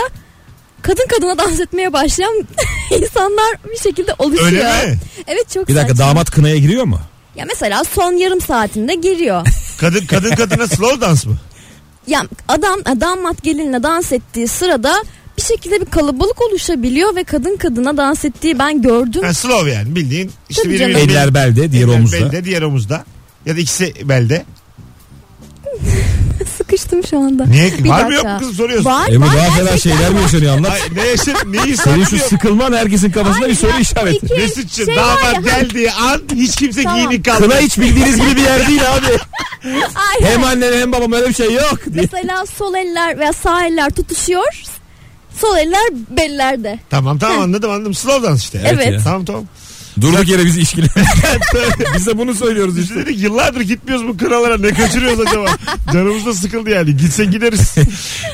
Speaker 3: kadın kadına dans etmeye başlayan insanlar bir şekilde oluşuyor.
Speaker 2: Öyle mi?
Speaker 3: Evet çok
Speaker 4: Bir dakika
Speaker 3: saçma.
Speaker 4: damat kınaya giriyor mu?
Speaker 3: Ya mesela son yarım saatinde giriyor.
Speaker 2: Kadın kadın kadına slow dans mı?
Speaker 3: ya adam damat gelinle dans ettiği sırada bir şekilde bir kalabalık oluşabiliyor ve kadın kadına dans ettiği ben gördüm.
Speaker 2: Ha, slow yani bildiğin. İşte
Speaker 3: Tabii
Speaker 2: biri
Speaker 3: canım.
Speaker 2: biri-
Speaker 4: Eller belde diğer
Speaker 2: eller
Speaker 4: omuzda.
Speaker 2: Belde, diğer omuzda. Ya da ikisi belde.
Speaker 3: Sıkıştım şu anda.
Speaker 2: Niye?
Speaker 3: Bir
Speaker 2: var mı
Speaker 3: dakika.
Speaker 2: yok mu kızım soruyorsun?
Speaker 3: Var,
Speaker 4: Ebru
Speaker 3: var
Speaker 4: E, daha fena
Speaker 3: gerçekten
Speaker 4: şeyler mi yaşanıyor anlat.
Speaker 2: Ay, ne yaşın? Neyi
Speaker 4: Senin
Speaker 2: soruyorsun?
Speaker 4: şu sıkılman herkesin kafasında
Speaker 3: Hayır
Speaker 4: bir soru
Speaker 3: ya,
Speaker 4: işareti.
Speaker 3: iki-
Speaker 2: Mesut'cum
Speaker 3: Şey var ya,
Speaker 2: damat
Speaker 3: hani-
Speaker 2: geldiği an hiç kimse
Speaker 3: Tamam.
Speaker 2: giyinik kalmadı.
Speaker 4: Kına hiç bildiğiniz gibi bir yer değil abi.
Speaker 3: Ay,
Speaker 4: Hem annem hem babam öyle bir şey yok diye.
Speaker 3: Mesela sol eller veya sağ eller tutuşuyor. Sol eller bellerde.
Speaker 2: Tamam tamam anladım anladım. Slow dance işte.
Speaker 3: Evet.
Speaker 4: ya.
Speaker 2: Tamam tamam.
Speaker 4: Durduk yere bizi işkile. Biz de bunu söylüyoruz
Speaker 2: Biz
Speaker 4: işte.
Speaker 2: de dedik yıllardır gitmiyoruz bu kınalara ne kaçırıyoruz acaba? Canımız da sıkıldı yani gitse gideriz.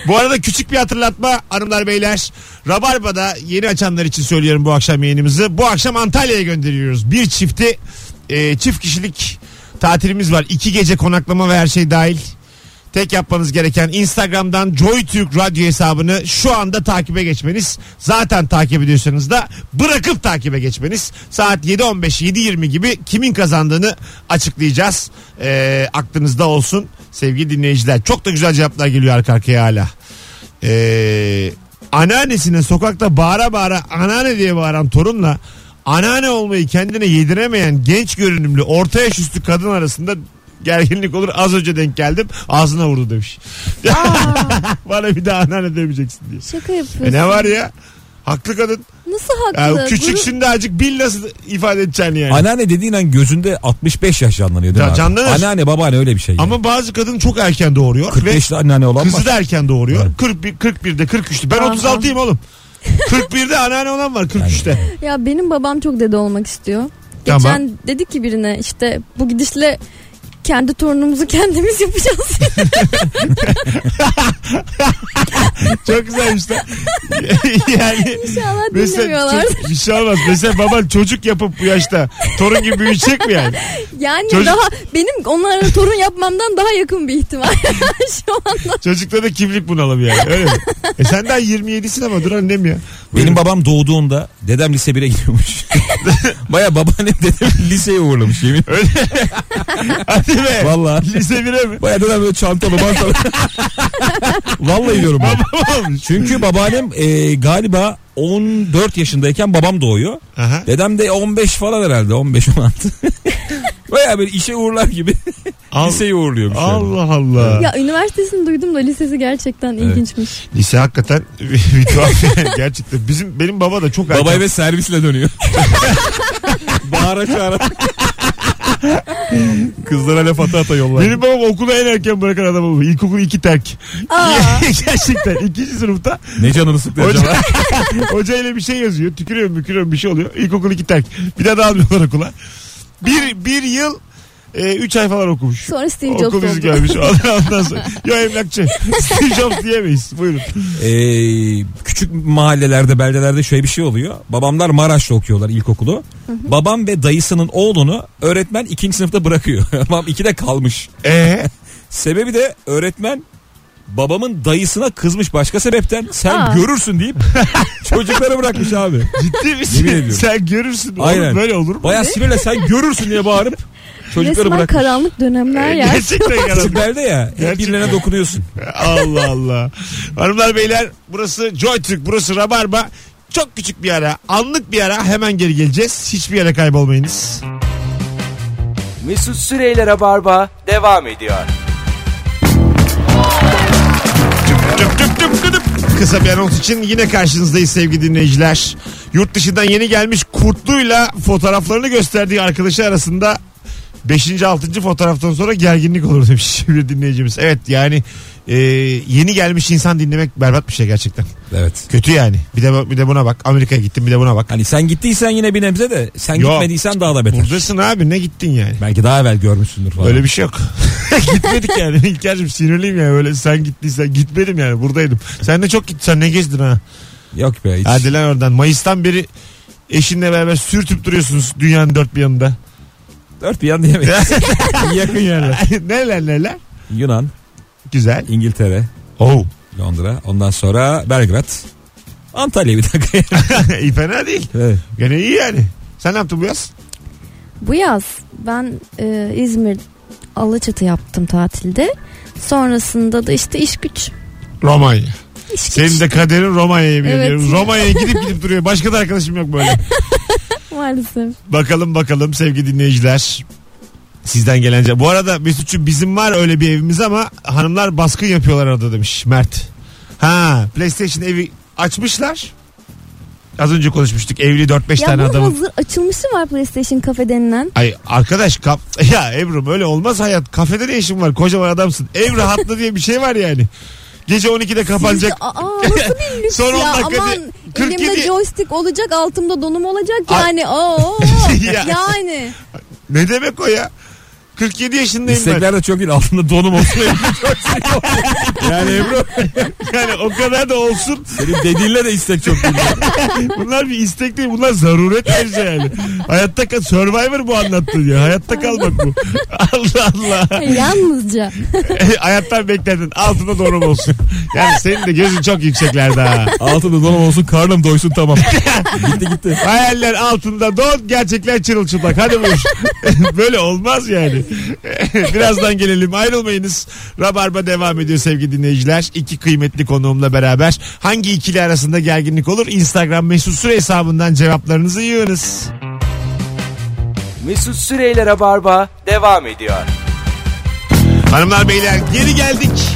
Speaker 2: bu arada küçük bir hatırlatma hanımlar beyler. Rabarba'da yeni açanlar için söylüyorum bu akşam yayınımızı. Bu akşam Antalya'ya gönderiyoruz. Bir çifti e, çift kişilik tatilimiz var. İki gece konaklama ve her şey dahil. Tek yapmanız gereken Instagram'dan Joy Türk Radyo hesabını şu anda takibe geçmeniz. Zaten takip ediyorsanız da bırakıp takibe geçmeniz. Saat 7.15, 7.20 gibi kimin kazandığını açıklayacağız. Ee, aklınızda olsun sevgili dinleyiciler. Çok da güzel cevaplar geliyor arka arkaya hala. Ee, anneannesine sokakta bağıra bağıra anneanne diye bağıran torunla anneanne olmayı kendine yediremeyen genç görünümlü orta yaş üstü kadın arasında gerginlik olur. Az önce denk geldim. Ağzına vurdu demiş. Bana bir daha anneanne demeyeceksin diye.
Speaker 3: Şaka
Speaker 2: E
Speaker 3: yapıyorsun.
Speaker 2: ne var ya? Haklı kadın.
Speaker 3: Nasıl
Speaker 2: Ya
Speaker 3: haklı?
Speaker 2: küçüksün de azıcık bil nasıl ifade edeceksin yani.
Speaker 4: Anneanne dediğin an gözünde 65 yaş canlanıyor değil mi? abi?
Speaker 2: Canlanır.
Speaker 4: Anneanne babaanne öyle bir şey. yani.
Speaker 2: Ama bazı kadın çok erken doğuruyor. ve
Speaker 4: 45'li anneanne olan
Speaker 2: Kızı
Speaker 4: var.
Speaker 2: da erken doğuruyor.
Speaker 4: Evet.
Speaker 2: 41, 41'de 43'te. Ben
Speaker 3: Aha.
Speaker 2: 36'yım oğlum. 41'de anneanne olan var 43'te.
Speaker 3: Bunu- Ya benim babam çok dede olmak istiyor. Geçen
Speaker 2: Tamam.
Speaker 3: dedi ki birine işte bu gidişle kendi torunumuzu kendimiz yapacağız.
Speaker 2: Çok güzelmiş lan. yani
Speaker 3: İnşallah
Speaker 2: mesela
Speaker 3: şey dinlemiyorlar.
Speaker 2: çok, bir şey olmaz. Mesela baban çocuk yapıp bu yaşta torun gibi büyüyecek mi yani?
Speaker 3: Yani
Speaker 2: Çocuk-
Speaker 3: daha benim onlara torun yapmamdan daha yakın bir ihtimal. Şu an
Speaker 2: Çocukta da kimlik bunalımı yani öyle mi? E sen daha 27'sin ama dur annem ya.
Speaker 4: Benim babam doğduğunda dedem lise 1'e gidiyormuş. Baya babaannem dedemi liseye uğurlamış yemin.
Speaker 2: Hadi be.
Speaker 4: Valla.
Speaker 2: Lise 1'e mi?
Speaker 4: Baya dedem böyle çantalı mantalı. Vallahi diyorum ben.
Speaker 2: Babam olmuş.
Speaker 4: Çünkü babaannem e, galiba 14 yaşındayken babam doğuyor.
Speaker 2: Aha.
Speaker 4: Dedem de 15 falan herhalde 15-16. Baya böyle işe uğurlar gibi
Speaker 2: Al-
Speaker 4: liseye uğurluyormuş. yani.
Speaker 2: Allah Allah.
Speaker 3: Ya üniversitesini duydum da lisesi gerçekten ilginçmiş.
Speaker 2: Lise hakikaten bir, bir tuhaf yani. gerçekten. Bizim, benim baba da çok erken.
Speaker 4: Baba eve servisle dönüyor. Bağıra çağıra. Kızlara laf ata ata yollar.
Speaker 2: Benim babam okula en erken bırakan adam bu. İlkokul iki terk.
Speaker 3: Aa.
Speaker 2: Gerçekten ikinci sınıfta
Speaker 4: Ne canını sıktı
Speaker 2: hoca,
Speaker 4: acaba?
Speaker 2: hoca ile bir şey yazıyor. Tükürüyor mükürüyor bir şey oluyor. İlkokul iki terk. Bir daha da almıyorlar okula. Bir, bir yıl e, üç ay falan okumuş.
Speaker 3: Sonra Steve Jobs
Speaker 2: Okul
Speaker 3: oldu.
Speaker 2: izi görmüş. Ondan ondan sonra. Yo emlakçı. Steve Jobs diyemeyiz. Buyurun.
Speaker 4: Ee, küçük mahallelerde beldelerde şöyle bir şey oluyor. Babamlar Maraş'ta okuyorlar ilkokulu. Babam ve dayısının oğlunu öğretmen ikinci sınıfta bırakıyor. Babam ikide kalmış.
Speaker 2: Ee,
Speaker 4: Sebebi de öğretmen babamın dayısına kızmış başka sebepten sen
Speaker 3: Aa.
Speaker 4: görürsün deyip çocukları bırakmış abi.
Speaker 2: ciddi
Speaker 4: Yemin
Speaker 2: misin?
Speaker 4: ediyorum.
Speaker 2: Sen görürsün. Oğlum,
Speaker 4: Aynen.
Speaker 2: böyle olur mu?
Speaker 4: Baya sinirle sen görürsün diye bağırıp çocukları
Speaker 3: Resmen
Speaker 4: bırakmış.
Speaker 3: karanlık
Speaker 2: Ee,
Speaker 3: dönemler ya.
Speaker 2: Gerçekten yaralı.
Speaker 4: Küçük belde ya
Speaker 2: Gerçekten.
Speaker 4: hep birilerine dokunuyorsun.
Speaker 2: Allah Allah. Hanımlar beyler burası Joy Türk burası Rabarba. Çok küçük bir ara anlık bir ara hemen geri geleceğiz. Hiçbir yere kaybolmayınız.
Speaker 1: Mesut Süreyler'e barba devam ediyor.
Speaker 2: Tüp tüp tüp tüp tüp. Kısa bir anons için yine karşınızdayız sevgili dinleyiciler. Yurt dışından yeni gelmiş kurtluyla fotoğraflarını gösterdiği arkadaşı arasında 5. 6. fotoğraftan sonra gerginlik olur demiş bir dinleyicimiz. Evet yani e, yeni gelmiş insan dinlemek berbat bir şey gerçekten.
Speaker 4: Evet.
Speaker 2: Kötü yani. Bir de bir de buna bak. Amerika'ya gittim bir de buna bak.
Speaker 4: Hani sen gittiysen yine bir nebze de sen
Speaker 2: Yok.
Speaker 4: gitmediysen daha da beter.
Speaker 2: Buradasın abi ne gittin yani?
Speaker 4: Belki daha evvel görmüşsündür falan.
Speaker 2: Öyle bir şey yok. Gitmedik yani. İlker'cim sinirliyim ya. Öyle sen gittiysen gitmedim yani. Buradaydım. Sen de çok git. Sen ne gezdin ha?
Speaker 4: Yok be hiç.
Speaker 2: Hadi lan oradan. Mayıs'tan beri eşinle beraber sürtüp duruyorsunuz dünyanın dört bir yanında.
Speaker 4: Dört bir yan diyemeyiz. Yakın yerler.
Speaker 2: neler neler.
Speaker 4: Yunan,
Speaker 2: Güzel.
Speaker 4: İngiltere,
Speaker 2: Oh.
Speaker 4: Londra. Ondan sonra Belgrad. Antalya bir dakika.
Speaker 2: iyi fena değil.
Speaker 4: Evet.
Speaker 2: Gene iyi yani. Sen ne yaptın bu yaz?
Speaker 3: Bu yaz ben e, İzmir Alaçatı yaptım tatilde. Sonrasında da işte iş güç.
Speaker 2: Romanya.
Speaker 3: İş güç
Speaker 2: Senin de kaderin Romanya'ya
Speaker 3: Evet.
Speaker 2: biliyorum. Romanya'ya gidip gidip duruyor. Başka da arkadaşım yok böyle.
Speaker 3: maalesef.
Speaker 2: Bakalım bakalım sevgili dinleyiciler. Sizden gelen cevap. Bu arada Mesut'cu bizim var öyle bir evimiz ama hanımlar baskın yapıyorlar orada demiş Mert. Ha PlayStation evi açmışlar. Az önce konuşmuştuk evli 4-5
Speaker 3: Ya
Speaker 2: tane
Speaker 3: bunun
Speaker 2: adamın.
Speaker 3: hazır açılmışı var PlayStation Cafe denilen.
Speaker 2: Ay arkadaş kap ya Ebru'm öyle olmaz hayat. Kafede ne işin var kocaman adamsın. Ev rahatlığı diye bir şey var yani. Gece 12'de kapanacak.
Speaker 3: Siz de- aa nasıl bir lüks
Speaker 2: Son on
Speaker 3: ya
Speaker 2: dakika
Speaker 3: aman
Speaker 2: diye- 47
Speaker 3: elimde joystick olacak altımda donum olacak
Speaker 2: Ay-
Speaker 3: yani oo,
Speaker 2: Ya.
Speaker 3: yani
Speaker 2: Ne demek o ya? 47 yaşındayım ben.
Speaker 4: İstekler de çok değil. Altında donum olsun. yani Ebru
Speaker 2: Yani o kadar da olsun.
Speaker 4: senin dediğinle de istek çok değil.
Speaker 2: Bunlar bir istek değil bunlar zaruret bence yani. Hayatta kal Survivor bu anlattığın ya. Hayatta kalmak bu. Allah Allah.
Speaker 3: yalnızca
Speaker 2: Hayattan beklerdin. Altında doğru olsun. Yani senin de gözün çok yükseklerde ha.
Speaker 4: Altında donum olsun karnım doysun tamam. gitti gitti.
Speaker 2: Hayaller altında don gerçekler çırılçıplak. Hadi bu iş. Böyle olmaz yani. Birazdan gelelim ayrılmayınız. Rabarba devam ediyor sevgili dinleyiciler. İki kıymetli konuğumla beraber hangi ikili arasında gerginlik olur? Instagram mesut süre hesabından cevaplarınızı yığınız.
Speaker 1: Mesut Süreyler'e barba devam ediyor.
Speaker 2: Hanımlar beyler geri geldik.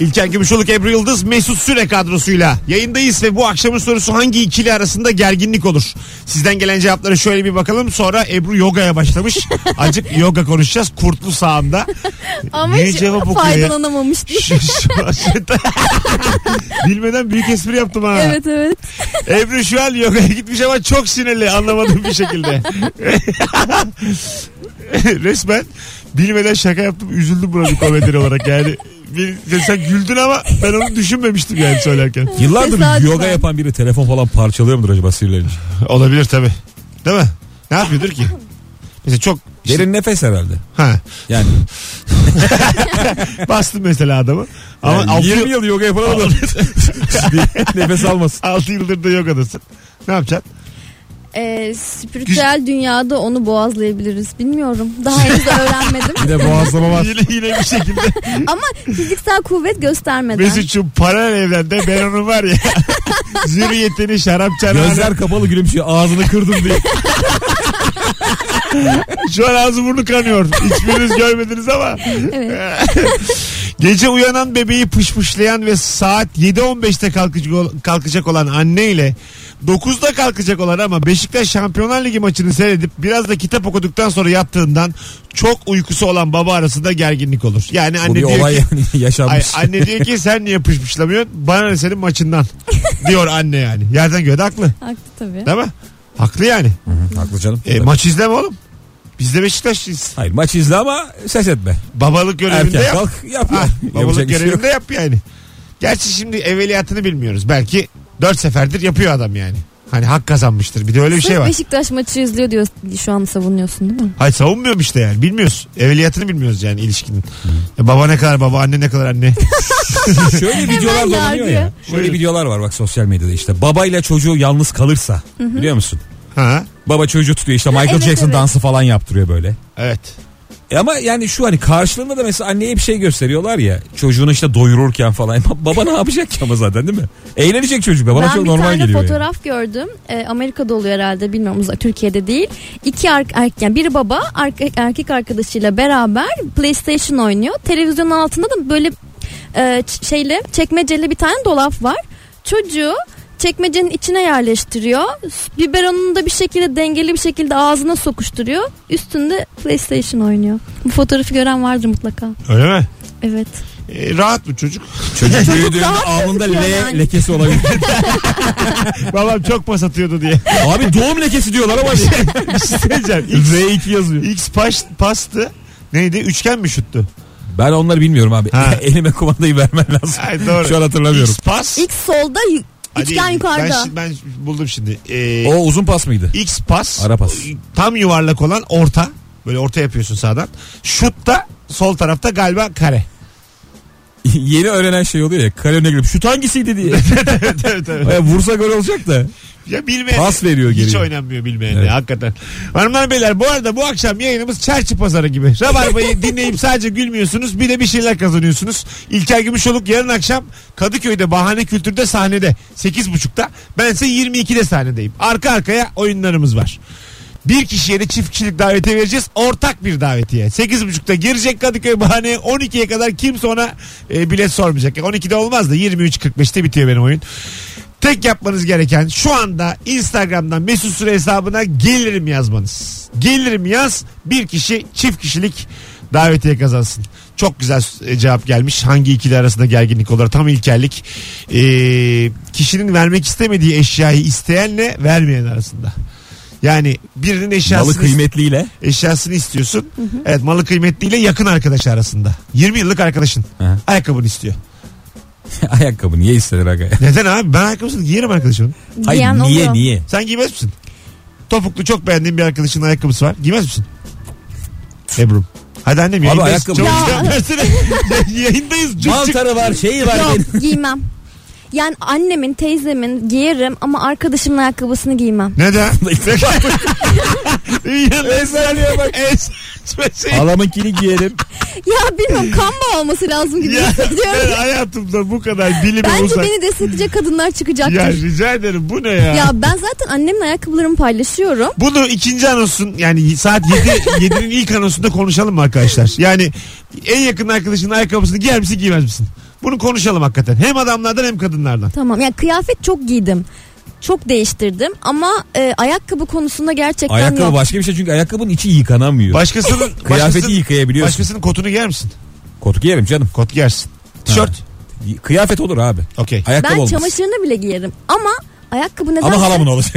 Speaker 2: İlker Gümüşoluk, Ebru Yıldız, Mesut Süre kadrosuyla yayındayız ve bu akşamın sorusu hangi ikili arasında gerginlik olur? Sizden gelen cevaplara şöyle bir bakalım. Sonra Ebru yogaya başlamış. Acık yoga konuşacağız. Kurtlu sağında.
Speaker 3: Ama
Speaker 2: Niye
Speaker 3: hiç
Speaker 2: cevap okuyor ya?
Speaker 3: faydalanamamış diye.
Speaker 2: Şu- şu- şu- Bilmeden büyük espri yaptım ha.
Speaker 3: evet evet.
Speaker 2: Ebru şu an yogaya gitmiş ama çok sinirli anlamadığım bir şekilde. Resmen bilmeden şaka yaptım üzüldüm buna bir komedyen olarak yani. Bir, sen güldün ama ben onu düşünmemiştim yani söylerken.
Speaker 4: Yıllardır
Speaker 3: Tesadüfen.
Speaker 4: yoga yapan biri telefon falan parçalıyor mudur acaba sinirlenince?
Speaker 2: Olabilir tabi. Değil mi? Ne yapıyordur ki? Mesela çok işte-
Speaker 4: Derin nefes herhalde.
Speaker 2: ha,
Speaker 4: Yani,
Speaker 2: bastım mesela adamı. Ama
Speaker 4: yani
Speaker 2: altı,
Speaker 4: 20 yıl yoga yapan adam nefes almasın.
Speaker 2: altı yıldır da yogadasın. Ne yapacaksın?
Speaker 3: Ee, spiritüel dünyada onu boğazlayabiliriz. Bilmiyorum. Daha henüz öğrenmedim.
Speaker 4: Bir de boğazlama var.
Speaker 2: Yine, yine bir şekilde
Speaker 3: Ama fiziksel kuvvet göstermeden.
Speaker 2: Mesut'cum paralel evrende ben onun var ya zürriyetini şarap çanağını
Speaker 4: Gözler kapalı gülümsüyor ağzını kırdım diye.
Speaker 2: Şu an ağzı burnu kanıyor. Hiçbiriniz görmediniz ama.
Speaker 3: Evet.
Speaker 2: Gece uyanan bebeği pışpışlayan ve saat 7.15'te kalkacak, ol- kalkacak olan anne ile 9'da kalkacak olan ama Beşiktaş Şampiyonlar Ligi maçını seyredip biraz da kitap okuduktan sonra yattığından çok uykusu olan baba arasında gerginlik olur. Yani
Speaker 4: Bu
Speaker 2: anne
Speaker 4: bir
Speaker 2: diyor
Speaker 4: olay
Speaker 2: ki
Speaker 4: yani
Speaker 2: Ay,
Speaker 4: yaşanmış.
Speaker 2: anne diyor ki sen niye pışpışlamıyorsun? Bana ne senin maçından diyor anne yani. Yerden göğe de haklı
Speaker 3: Haklı tabii.
Speaker 2: değil mi? Haklı yani.
Speaker 4: Hı, Haklı canım.
Speaker 2: E, maç izleme oğlum. Biz de Beşiktaşlıyız.
Speaker 4: Hayır maç izle ama ses etme.
Speaker 2: Babalık görevinde
Speaker 4: Erken
Speaker 2: yap.
Speaker 4: kalk yap.
Speaker 2: Ha,
Speaker 4: Yapacak
Speaker 2: babalık
Speaker 4: bir şey yok.
Speaker 2: görevinde yap yani. Gerçi şimdi evveliyatını bilmiyoruz. Belki dört seferdir yapıyor adam yani. Hani hak kazanmıştır. Bir de öyle bir
Speaker 3: Sırf
Speaker 2: şey var.
Speaker 3: Beşiktaş maçı izliyor diyor şu an savunuyorsun değil mi?
Speaker 2: Hayır savunmuyorum işte yani. Bilmiyoruz. Evveliyatını bilmiyoruz yani ilişkinin. E, baba ne kadar baba, anne ne kadar anne.
Speaker 4: Şöyle videolar
Speaker 3: Hemen
Speaker 4: dolanıyor
Speaker 3: yargı.
Speaker 4: ya. Şöyle
Speaker 2: Buyurun.
Speaker 4: videolar var bak sosyal medyada işte. Babayla çocuğu yalnız kalırsa biliyor musun?
Speaker 2: ha.
Speaker 4: Baba çocuğu tutuyor işte Michael
Speaker 3: evet,
Speaker 4: Jackson
Speaker 3: evet.
Speaker 4: dansı falan yaptırıyor böyle.
Speaker 2: Evet.
Speaker 4: E Ama yani şu hani karşılığında da mesela anneye bir şey gösteriyorlar ya. Çocuğunu işte doyururken falan. Baba ne yapacak ki ama zaten değil mi? Eğlenecek çocukla. Bana
Speaker 3: ben
Speaker 4: çok
Speaker 3: bir
Speaker 4: normal
Speaker 3: tane
Speaker 4: geliyor. yani.
Speaker 3: fotoğraf gördüm. Ee, Amerika'da oluyor herhalde bilmiyorum uzak- Türkiye'de değil. İki ar- er- yani biri baba arka- erkek arkadaşıyla beraber PlayStation oynuyor. Televizyonun altında da böyle e, ç- şeyle çekmeceli bir tane dolap var. Çocuğu çekmecenin içine yerleştiriyor. S- Biberonunu da bir şekilde dengeli bir şekilde ağzına sokuşturuyor. Üstünde PlayStation oynuyor. Bu fotoğrafı gören vardır mutlaka.
Speaker 2: Öyle mi?
Speaker 3: Evet.
Speaker 2: E, rahat mı çocuk?
Speaker 4: Çocuk büyüdüğünde
Speaker 3: daha
Speaker 4: alnında
Speaker 3: yazık
Speaker 4: le-
Speaker 3: yani.
Speaker 4: lekesi olabilir.
Speaker 2: Babam çok pas atıyordu diye.
Speaker 4: Abi doğum lekesi diyorlar ama.
Speaker 2: Bir şey söyleyeceğim. X,
Speaker 4: R2 yazıyor.
Speaker 2: X pas, pastı. Neydi? Üçgen mi şuttu?
Speaker 4: Ben onları bilmiyorum abi.
Speaker 2: Ha.
Speaker 4: Elime kumandayı vermen lazım.
Speaker 2: Ay, doğru.
Speaker 4: Şu an hatırlamıyorum.
Speaker 2: X pas.
Speaker 3: İlk solda y-
Speaker 2: Hadi,
Speaker 3: üçgen
Speaker 2: Ben,
Speaker 3: yukarıda.
Speaker 2: şi- ben buldum şimdi. Ee,
Speaker 4: O uzun pas mıydı?
Speaker 2: X pas.
Speaker 4: Ara pas.
Speaker 2: Tam yuvarlak olan orta. Böyle orta yapıyorsun sağdan. Şut da sol tarafta galiba kare.
Speaker 4: Yeni öğrenen şey oluyor ya. Kale önüne girip şut hangisiydi diye.
Speaker 2: evet evet.
Speaker 4: Baya vursa gol olacak da.
Speaker 2: Ya bilmeyen
Speaker 4: Pas veriyor
Speaker 2: Hiç
Speaker 4: geriye.
Speaker 2: oynanmıyor bilmeyenle
Speaker 4: Evet.
Speaker 2: hakikaten. Hanımlar beyler bu arada bu akşam yayınımız çarşı pazarı gibi. Rabarba'yı dinleyip sadece gülmüyorsunuz bir de bir şeyler kazanıyorsunuz. İlker Gümüşoluk yarın akşam Kadıköy'de Bahane Kültür'de sahnede 8.30'da. Bense 22'de sahnedeyim. Arka arkaya oyunlarımız var. Bir kişiye de çift kişilik davetiye vereceğiz. Ortak bir davetiye. 8.30'da girecek Kadıköy bahane 12'ye kadar kimse ona e, bilet sormayacak. Yani 12'de olmaz da 23.45'te bitiyor benim oyun. Tek yapmanız gereken şu anda Instagram'dan Mesut Süre hesabına gelirim yazmanız. Gelirim yaz bir kişi çift kişilik davetiye kazansın. Çok güzel e, cevap gelmiş. Hangi ikili arasında gerginlik olur? Tam ilkellik. E, kişinin vermek istemediği eşyayı isteyenle vermeyen arasında. Yani birinin
Speaker 4: Malı
Speaker 2: eşyasını,
Speaker 4: kıymetliyle.
Speaker 2: eşyasını istiyorsun. Evet malı kıymetliyle yakın arkadaş arasında. 20 yıllık arkadaşın.
Speaker 4: Aha.
Speaker 2: Ayakkabını istiyor.
Speaker 4: Ayakkabı niye istenir aga ya?
Speaker 2: Neden abi? Ben ayakkabısını giyerim arkadaşımın.
Speaker 4: Hayır
Speaker 3: Diyen
Speaker 4: niye
Speaker 3: oluyor.
Speaker 4: niye?
Speaker 2: Sen giymez misin? Topuklu çok beğendiğin bir arkadaşının ayakkabısı var. Giymez misin? Ebru. Hadi annem yayındayız.
Speaker 4: ayakkabı-
Speaker 2: Çok
Speaker 4: Ya.
Speaker 2: güzel versene. yayındayız. Cık cık.
Speaker 4: Mantarı var şeyi var.
Speaker 3: Yok
Speaker 4: benim.
Speaker 3: giymem. Yani annemin, teyzemin giyerim ama arkadaşımın ayakkabısını giymem.
Speaker 2: Neden? Dünyanın en saçma şey.
Speaker 4: Halamınkini giyerim.
Speaker 3: ya bilmiyorum kanma olması lazım gibi
Speaker 2: Ya ben
Speaker 3: hissediyorum.
Speaker 2: hayatımda bu kadar bilime
Speaker 3: Bence
Speaker 2: uzak.
Speaker 3: beni destekleyecek kadınlar çıkacaktır.
Speaker 2: Ya rica ederim bu ne ya?
Speaker 3: ya ben zaten annemin ayakkabılarımı paylaşıyorum.
Speaker 2: Bunu ikinci anonsun yani saat 7 7'nin ilk anonsunda konuşalım mı arkadaşlar? Yani en yakın arkadaşının ayakkabısını giyer misin giymez misin? Bunu konuşalım hakikaten. Hem adamlardan hem kadınlardan.
Speaker 3: Tamam yani kıyafet çok giydim. Çok değiştirdim ama e, ayakkabı konusunda gerçekten
Speaker 4: Ayakkabı
Speaker 3: yok.
Speaker 4: başka bir şey çünkü ayakkabının içi yıkanamıyor.
Speaker 2: Başkasının
Speaker 4: Kıyafeti
Speaker 2: başkasının,
Speaker 4: yıkayabiliyorsun.
Speaker 2: başkasının kotunu giyer misin?
Speaker 4: Kotu giyerim canım.
Speaker 2: Kot giyersin. Tişört.
Speaker 4: Y- Kıyafet olur abi.
Speaker 2: Okey.
Speaker 4: Ayakkabı
Speaker 3: ben
Speaker 4: olmaz.
Speaker 3: çamaşırını bile giyerim ama ayakkabı neden?
Speaker 4: Ama halamın olacak.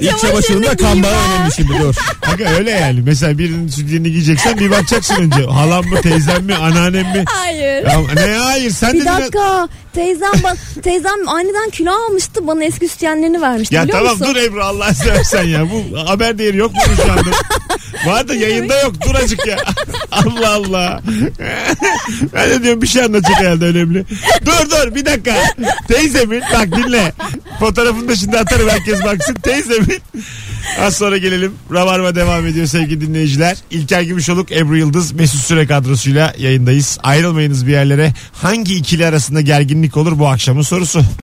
Speaker 4: İlk çamaşırında kan bağı
Speaker 3: giymem.
Speaker 4: önemli şimdi dur.
Speaker 2: Aga öyle yani. Mesela birinin sütyeni giyeceksen bir bakacaksın önce. Halam mı, teyzem mi, anneannem mi?
Speaker 3: Hayır.
Speaker 2: Ya ne hayır sen de
Speaker 3: Bir
Speaker 2: biraz-
Speaker 3: dakika teyzem ba- teyzem aniden kilo almıştı bana eski sütyenlerini vermişti
Speaker 2: Ya
Speaker 3: biliyor
Speaker 2: tamam
Speaker 3: musun?
Speaker 2: dur Ebru Allah seversen ya. Bu haber değeri yok mu şu anda? Var da yayında yok. Dur azıcık ya. Allah Allah. ben de diyorum bir şey anlatacak herhalde önemli. Dur dur bir dakika. Teyzemin bak dinle. Fotoğrafını da şimdi atarım herkes baksın. Teyzemin. Az sonra gelelim. Rabarba devam ediyor sevgili dinleyiciler. İlker Gümüşoluk, Ebru Yıldız, Mesut Süre kadrosuyla yayındayız. Ayrılmayınız bir yerlere. Hangi ikili arasında gerginlik olur bu akşamın sorusu?